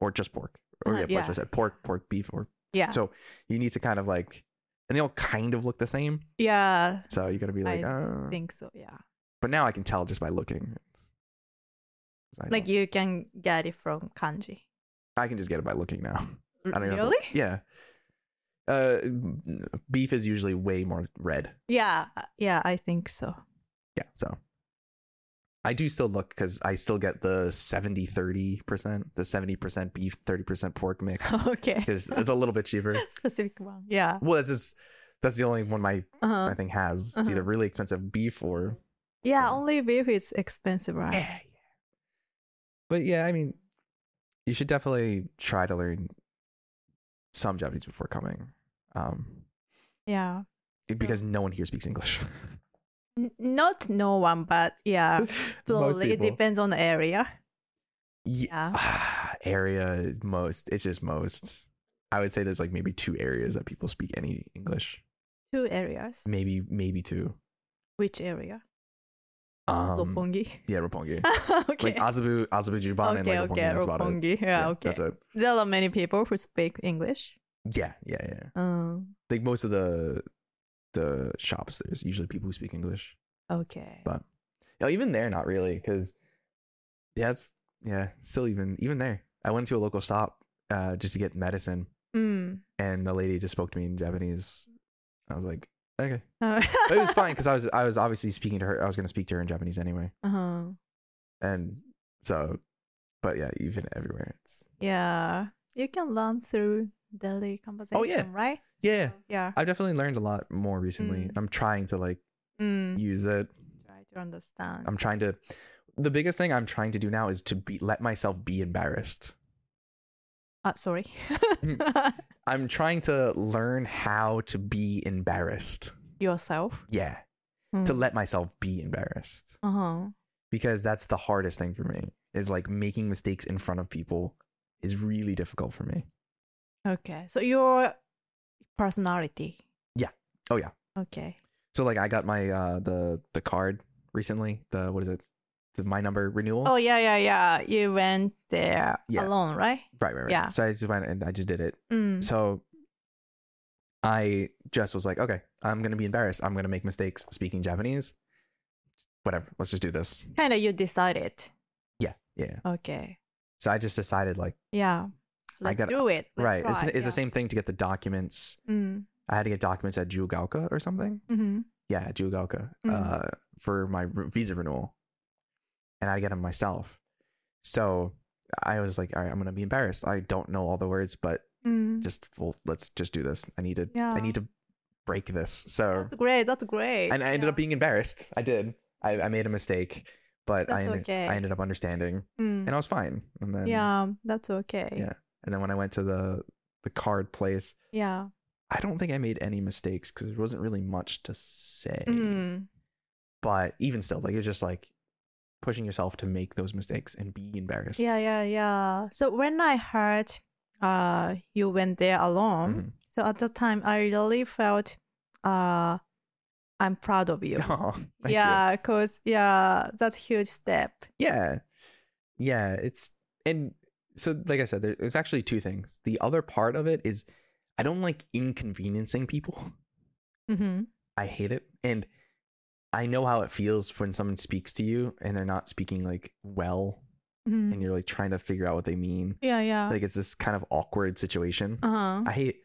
Speaker 2: or just pork,
Speaker 1: Uh,
Speaker 2: or yeah, that's
Speaker 1: yeah.
Speaker 2: what I said pork, pork beef, or
Speaker 1: yeah,
Speaker 2: so you need to kind of like, and they all kind of look the same,
Speaker 1: yeah.
Speaker 2: so you got to be like,
Speaker 1: I
Speaker 2: uh,
Speaker 1: think so. Yeah,
Speaker 2: but now I can tell just by looking. It's- it's
Speaker 1: like you can get it from kanji.
Speaker 2: I can just get it by looking now. I don't even have to-
Speaker 1: Really?
Speaker 2: yeah. Uh, m- beef is usually way more red.
Speaker 1: Yeah, uh, yeah, I think so.
Speaker 2: Yeah. So I do still look because I still get the 70 30%, the 70% beef, 30% pork mix
Speaker 1: okay,
Speaker 2: because it's a little bit cheaper.
Speaker 1: specific one. Yeah.
Speaker 2: Well, that's just, that's the only one my,
Speaker 1: Uh-huh.
Speaker 2: my thing has. It's
Speaker 1: Uh-huh.
Speaker 2: either really expensive beef or.
Speaker 1: Yeah,
Speaker 2: Um,
Speaker 1: only beef is expensive,
Speaker 2: Yeah,
Speaker 1: right?
Speaker 2: yeah. But yeah, I mean, you should definitely try to learn some Japanese before coming. Um,
Speaker 1: Yeah. So-
Speaker 2: because no one here speaks English.
Speaker 1: N- not no one, but yeah, slowly. It depends on the area.
Speaker 2: Yeah. Ah, Area most. It's just most. I would say there's like maybe two areas that people speak any English.
Speaker 1: Two areas.
Speaker 2: Maybe maybe two.
Speaker 1: Which area?
Speaker 2: Um,
Speaker 1: Roppongi.
Speaker 2: yeah, Roppongi.
Speaker 1: okay.
Speaker 2: Like Azabu, Azabu Juban, and
Speaker 1: okay,
Speaker 2: like Roppongi.
Speaker 1: okay,
Speaker 2: that's about it.
Speaker 1: Roppongi. Yeah, okay.
Speaker 2: That's it.
Speaker 1: There are many people who speak English.
Speaker 2: Yeah, yeah, yeah.
Speaker 1: Um,
Speaker 2: Like most of the the shops, there's usually people who speak English.
Speaker 1: okay.
Speaker 2: But- No, even there, not really, because yeah, it's, yeah, still even even there. I went to a local shop uh, just to get medicine,
Speaker 1: Mm.
Speaker 2: and the lady just spoke to me in Japanese. I was like, okay,
Speaker 1: Uh,
Speaker 2: but it was fine because I was I was obviously speaking to her. I was going to speak to her in Japanese anyway,
Speaker 1: uh-huh.
Speaker 2: and so, but yeah, even everywhere, it's
Speaker 1: Yeah. You can learn through daily conversation, right?
Speaker 2: Oh, yeah.
Speaker 1: So, yeah.
Speaker 2: I've definitely learned a lot more recently.
Speaker 1: Mm.
Speaker 2: I'm trying to like
Speaker 1: Mm.
Speaker 2: use it.
Speaker 1: Try to understand.
Speaker 2: I'm trying to. The biggest thing I'm trying to do now is to be let myself be embarrassed.
Speaker 1: uh, sorry.
Speaker 2: Mm. I'm trying to learn how to be embarrassed.
Speaker 1: Yourself.
Speaker 2: Yeah,
Speaker 1: Mm.
Speaker 2: to let myself be embarrassed
Speaker 1: Uh-huh.
Speaker 2: because that's the hardest thing for me. Is like making mistakes in front of people is really difficult for me.
Speaker 1: Okay. So your personality.
Speaker 2: Yeah. Oh, yeah.
Speaker 1: Okay.
Speaker 2: So like I got my uh the the card recently. The what is it? The my number renewal.
Speaker 1: Oh yeah, yeah, yeah. You went there
Speaker 2: Yeah.
Speaker 1: alone, right?
Speaker 2: right, right, right.
Speaker 1: yeah.
Speaker 2: So I just went and I just did it.
Speaker 1: Mm.
Speaker 2: So I just was like, okay, I'm gonna be embarrassed. I'm gonna make mistakes speaking Japanese. Whatever. Let's just do this.
Speaker 1: Kinda you decided.
Speaker 2: Yeah, yeah.
Speaker 1: Okay.
Speaker 2: So I just decided like
Speaker 1: Yeah. Let's
Speaker 2: got-
Speaker 1: do it. Let's
Speaker 2: right. It's,
Speaker 1: try.
Speaker 2: it's
Speaker 1: yeah.
Speaker 2: the same thing to get the documents.
Speaker 1: Mm.
Speaker 2: I had to get documents at Jugaoka or something.
Speaker 1: Mm-hmm.
Speaker 2: yeah, at Jugaoka
Speaker 1: Mhm.
Speaker 2: uh, for my re- visa renewal, and I get them myself. So I was like, all right, I'm gonna be embarrassed. I don't know all the words, but
Speaker 1: Mm.
Speaker 2: just well, let's just do this. I need to, I
Speaker 1: Yeah.
Speaker 2: need to break this. So
Speaker 1: That's great. That's great.
Speaker 2: and I ended
Speaker 1: yeah.
Speaker 2: up being embarrassed. I did. I, I made a mistake, but I
Speaker 1: That's
Speaker 2: ended,
Speaker 1: okay.
Speaker 2: I ended up understanding,
Speaker 1: Mm.
Speaker 2: and I was fine. And then
Speaker 1: yeah, that's okay.
Speaker 2: Yeah. and then when I went to the the card place,
Speaker 1: Yeah.
Speaker 2: I don't think I made any mistakes because there wasn't really much to say.
Speaker 1: Mm.
Speaker 2: but even still like it's just like pushing yourself to make those mistakes and be embarrassed
Speaker 1: Yeah, yeah, yeah. So when I heard uh you went there alone,
Speaker 2: Mhm.
Speaker 1: so at the time I really felt uh I'm proud of you.
Speaker 2: Aw, Oh, thank you.
Speaker 1: yeah, cause yeah, that's huge step.
Speaker 2: yeah yeah it's and so like i said there, there's actually two things the other part of it is i don't like inconveniencing people
Speaker 1: Mm-hmm.
Speaker 2: i hate it and i know how it feels when someone speaks to you and they're not speaking like well
Speaker 1: hmm
Speaker 2: and you're like trying to figure out what they mean
Speaker 1: Yeah, yeah.
Speaker 2: like it's this kind of awkward situation
Speaker 1: uh huh.
Speaker 2: i hate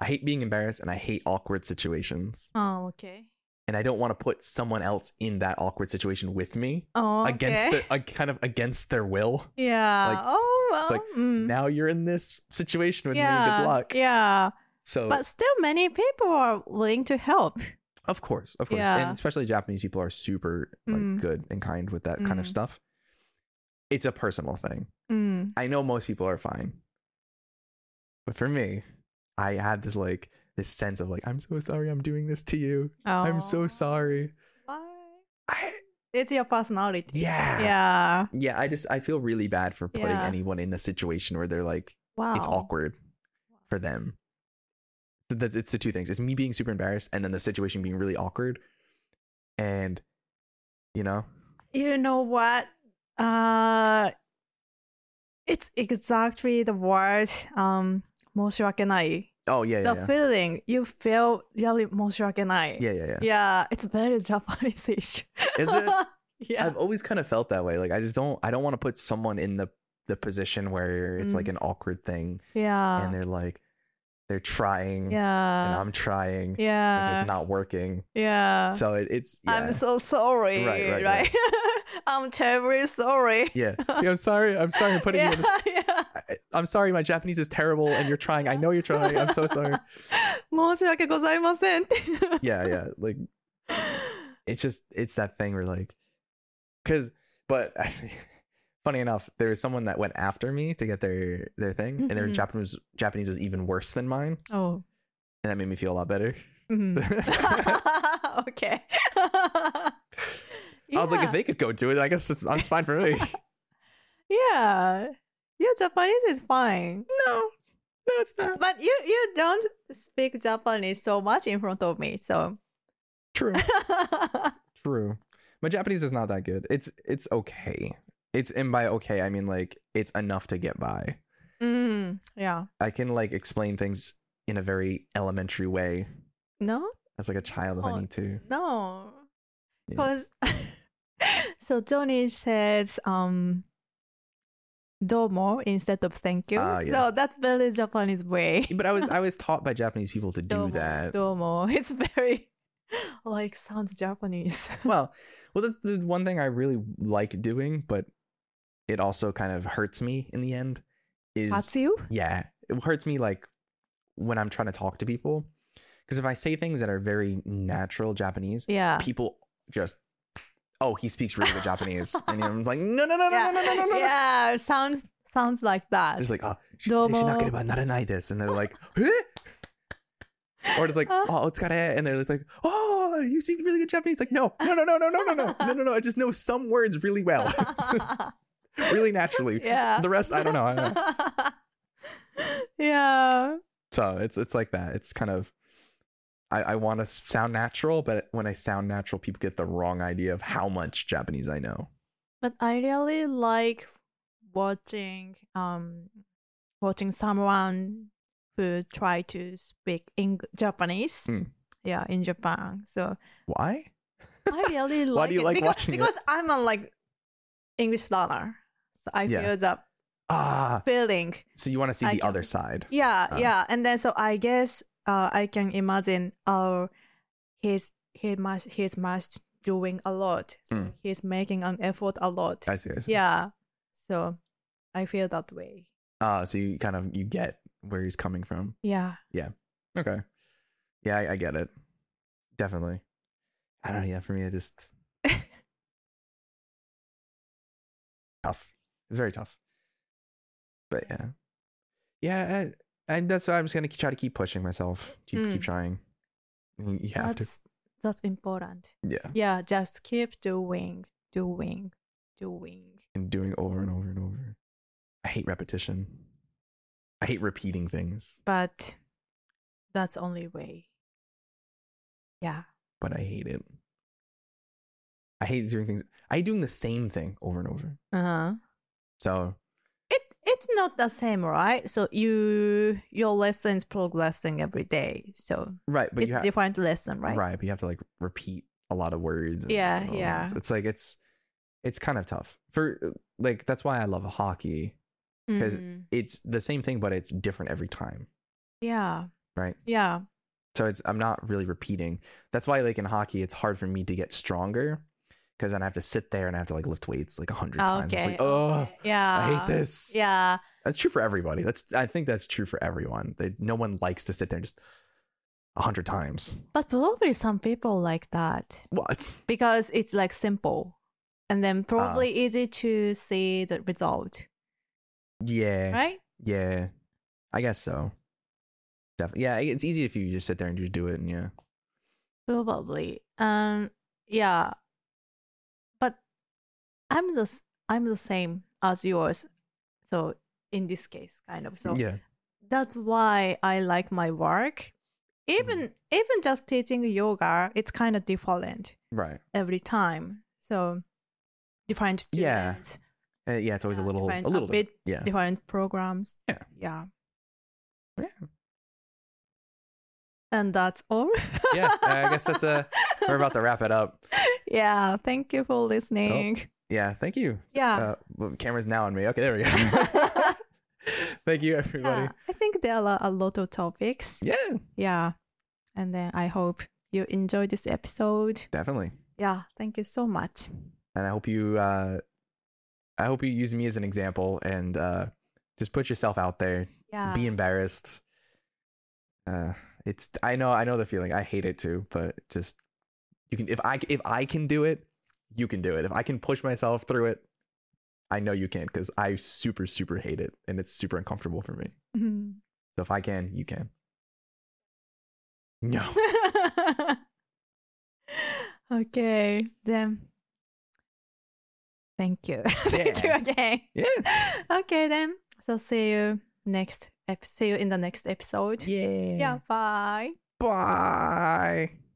Speaker 2: i hate being embarrassed and i hate awkward situations
Speaker 1: Oh, okay.
Speaker 2: and I don't want to put someone else in that awkward situation with me
Speaker 1: Oh, okay.
Speaker 2: against their uh, kind of against their will.
Speaker 1: yeah.
Speaker 2: like,
Speaker 1: oh, well.
Speaker 2: it's like,
Speaker 1: mm.
Speaker 2: Now you're in this situation with me.
Speaker 1: yeah.
Speaker 2: Good luck.
Speaker 1: Yeah.
Speaker 2: So
Speaker 1: But still, many people are willing to help.
Speaker 2: of course, of course,
Speaker 1: Yeah.
Speaker 2: and especially Japanese people are super like
Speaker 1: Mm.
Speaker 2: good and kind with that kind of
Speaker 1: Mm.
Speaker 2: stuff. it's a personal thing.
Speaker 1: Mm.
Speaker 2: I know most people are fine. But for me, I had this like this sense of like, I'm so sorry I'm doing this to you. I'm so
Speaker 1: Oh,
Speaker 2: sorry.
Speaker 1: why?
Speaker 2: I,
Speaker 1: It's your personality.
Speaker 2: yeah.
Speaker 1: Yeah.
Speaker 2: Yeah, I just I feel really bad for putting
Speaker 1: Yeah. Oh.
Speaker 2: anyone in a situation where they're like
Speaker 1: Wow.
Speaker 2: it's awkward for them. So That's it's the two things. It's me being super embarrassed and then the situation being really awkward. And you know,
Speaker 1: You know what? Uh, it's exactly the word. Um, 申し訳ない.
Speaker 2: oh yeah, yeah.
Speaker 1: the
Speaker 2: Yeah,
Speaker 1: feeling you feel really 申し訳ない.
Speaker 2: yeah, yeah. yeah.
Speaker 1: Yeah, it's very Japanese ish.
Speaker 2: Is it
Speaker 1: yeah.
Speaker 2: I've always kind of felt that way. Like I just don't I don't want to put someone in the the position where it's like
Speaker 1: Mm.
Speaker 2: an awkward thing and
Speaker 1: yeah.
Speaker 2: they're like they're trying and
Speaker 1: Yeah.
Speaker 2: I'm trying. It's
Speaker 1: Yeah.
Speaker 2: just not working.
Speaker 1: yeah.
Speaker 2: So it, it's yeah.
Speaker 1: I'm so sorry.
Speaker 2: Right, right,
Speaker 1: I'm terribly sorry.
Speaker 2: yeah. Yeah, I'm sorry. I'm sorry I'm putting you in this.
Speaker 1: yeah, yeah.
Speaker 2: I- I'm sorry my Japanese is terrible and you're trying. I know you're trying. I'm so sorry.
Speaker 1: 申し訳ございません。
Speaker 2: Yeah, yeah. Like it's just it's that thing where like because but actually funny enough there was someone that went after me to get their their thing and their
Speaker 1: Mhm.
Speaker 2: japanese japanese was even worse than mine
Speaker 1: oh.
Speaker 2: and that made me feel a lot better
Speaker 1: mhm.
Speaker 2: i
Speaker 1: okay.
Speaker 2: was like
Speaker 1: Yeah.
Speaker 2: if they could go do it i guess it's, it's fine for me
Speaker 1: yeah, yeah, Japanese is fine.
Speaker 2: no no it's not
Speaker 1: But you you don't speak Japanese so much in front of me, so
Speaker 2: true true my japanese is not that good it's it's okay it's and by okay i mean like it's enough to get by
Speaker 1: mm, yeah.
Speaker 2: i can like explain things in a very elementary way
Speaker 1: No,
Speaker 2: as like a child if
Speaker 1: Oh,
Speaker 2: i need to
Speaker 1: no,
Speaker 2: Yeah.
Speaker 1: because so Johnny says um. Domo instead of thank you.
Speaker 2: Ah, yeah.
Speaker 1: So that's very Japanese way.
Speaker 2: but I was I was taught by Japanese people to do
Speaker 1: domo,
Speaker 2: that.
Speaker 1: Domo. It's very like sounds Japanese.
Speaker 2: Well, well, that's the one thing I really like doing, but it also kind of hurts me in the end. Is
Speaker 1: Hatsu?
Speaker 2: yeah, it hurts me like when I'm trying to talk to people because if I say things that are very natural Japanese,
Speaker 1: Yeah.
Speaker 2: people just oh he speaks really good Japanese, and I'm like no no no no
Speaker 1: yeah.
Speaker 2: no no no no. no.
Speaker 1: Yeah, sounds sounds like that.
Speaker 2: I'm just like oh sh- they should not get
Speaker 1: Domo.
Speaker 2: about naranai this, and they're like. "Huh?" Or just
Speaker 1: Uh.
Speaker 2: like, oh, it's got and they're just like, oh, you speak really good Japanese. Like, no, no, no, no, no, no, no, no, no, no, no. I just know some words really well, really naturally.
Speaker 1: yeah.
Speaker 2: The rest, I don't know. I don't know.
Speaker 1: yeah.
Speaker 2: So it's it's like that. It's kind of, I, I want to sound natural, but when I sound natural, people get the wrong idea of how much Japanese I know.
Speaker 1: But I really like watching um watching someone who try to speak Eng- Japanese.
Speaker 2: Mm.
Speaker 1: Yeah, in Japan. So
Speaker 2: Why?
Speaker 1: I really like
Speaker 2: Why do you
Speaker 1: it
Speaker 2: like
Speaker 1: because,
Speaker 2: watching it?
Speaker 1: because I'm a like English learner. So I
Speaker 2: Yeah.
Speaker 1: feel that
Speaker 2: Ah,
Speaker 1: feeling.
Speaker 2: so you want to see
Speaker 1: I
Speaker 2: the
Speaker 1: can-
Speaker 2: other side?
Speaker 1: Yeah,
Speaker 2: Uh.
Speaker 1: yeah. And then so I guess uh, I can imagine uh he's he must he's must doing a lot. So
Speaker 2: Mm.
Speaker 1: he's making an effort a lot.
Speaker 2: I see. I see.
Speaker 1: yeah. So I feel that way.
Speaker 2: Ah, so you kind of you get where he's coming from.
Speaker 1: Yeah.
Speaker 2: Okay. Yeah, I, I get it. Definitely. I don't know. Yeah, for me, I just tough. It's very tough. But yeah, yeah, I, and that's why I'm just gonna try to keep pushing myself. Keep keep
Speaker 1: Mm.
Speaker 2: trying. You you have
Speaker 1: that's that's important.
Speaker 2: to, yeah,
Speaker 1: Yeah, just keep doing, doing, doing.
Speaker 2: and doing it over and over and over. I hate repetition. I hate repeating things,
Speaker 1: But that's only way. Yeah.
Speaker 2: but I hate it. I hate doing things. I hate doing the same thing over and over.
Speaker 1: Uh-huh.
Speaker 2: So
Speaker 1: it it's not the same right so you your lessons progressing every day so
Speaker 2: right, but
Speaker 1: it's
Speaker 2: you have
Speaker 1: different lesson right
Speaker 2: but you have to like repeat a lot of words. and
Speaker 1: Yeah,
Speaker 2: stuff.
Speaker 1: yeah.
Speaker 2: It's like it's it's kind of tough for uh, like that's why I love hockey. 'Cause-
Speaker 1: Mm.
Speaker 2: It's the same thing, but it's different every time,
Speaker 1: yeah
Speaker 2: right?
Speaker 1: yeah
Speaker 2: So it's I'm not really repeating. That's why like in hockey, it's hard for me to get stronger because then I have to sit there and I have to like lift weights like a hundred times. It's
Speaker 1: okay
Speaker 2: like oh,
Speaker 1: okay. yeah
Speaker 2: I hate this.
Speaker 1: yeah
Speaker 2: that's true for everybody. That's I think that's true for everyone. They, no one likes to sit there and just a hundred times.
Speaker 1: but probably some people like that
Speaker 2: What?
Speaker 1: because it's like simple and then
Speaker 2: Ah.
Speaker 1: probably easy to see the result,
Speaker 2: Yeah.
Speaker 1: right?
Speaker 2: Yeah. I guess so. Definitely. Yeah, it's easy if you just sit there and just do it and yeah.
Speaker 1: Probably. Um. Yeah. But I'm the s- I'm the same as yours. So in this case, kind of. So
Speaker 2: yeah.
Speaker 1: that's why I like my work.
Speaker 2: Mm-hmm.
Speaker 1: Even even just teaching yoga, it's kind of different
Speaker 2: Right.
Speaker 1: every time. So different
Speaker 2: Yeah.
Speaker 1: students,
Speaker 2: Uh, yeah, it's always a
Speaker 1: Yeah,
Speaker 2: little
Speaker 1: different
Speaker 2: a little bit.
Speaker 1: outfit,
Speaker 2: Yeah.
Speaker 1: different programs.
Speaker 2: Yeah.
Speaker 1: Yeah.
Speaker 2: Yeah.
Speaker 1: And that's all.
Speaker 2: yeah. I guess that's a we're about to wrap it up.
Speaker 1: yeah. Thank you for listening.
Speaker 2: Yeah, thank you.
Speaker 1: Yeah.
Speaker 2: Uh, well, camera's now on me. Okay, there we go. thank you Uh, everybody.
Speaker 1: yeah. I think there are a lot of topics.
Speaker 2: Yeah,
Speaker 1: Yeah. And then I hope you enjoyed this episode.
Speaker 2: definitely.
Speaker 1: Yeah. Thank you so much.
Speaker 2: And I hope you uh I hope you use me as an example and uh just put yourself out there.
Speaker 1: Yeah.
Speaker 2: Be embarrassed. Uh it's I know I know the feeling. I hate it too, but just you can if I if I can do it, you can do it. If I can push myself through it, I know you can cuz I super super hate it and it's super uncomfortable for me.
Speaker 1: Mhm.
Speaker 2: So if I can, you can. No.
Speaker 1: okay, then. Thank you. Thank you
Speaker 2: Yeah.
Speaker 1: again.
Speaker 2: Yeah.
Speaker 1: Okay, then. So see you next. Ep- see you in the next episode.
Speaker 2: Yeah.
Speaker 1: yeah bye.
Speaker 2: Bye.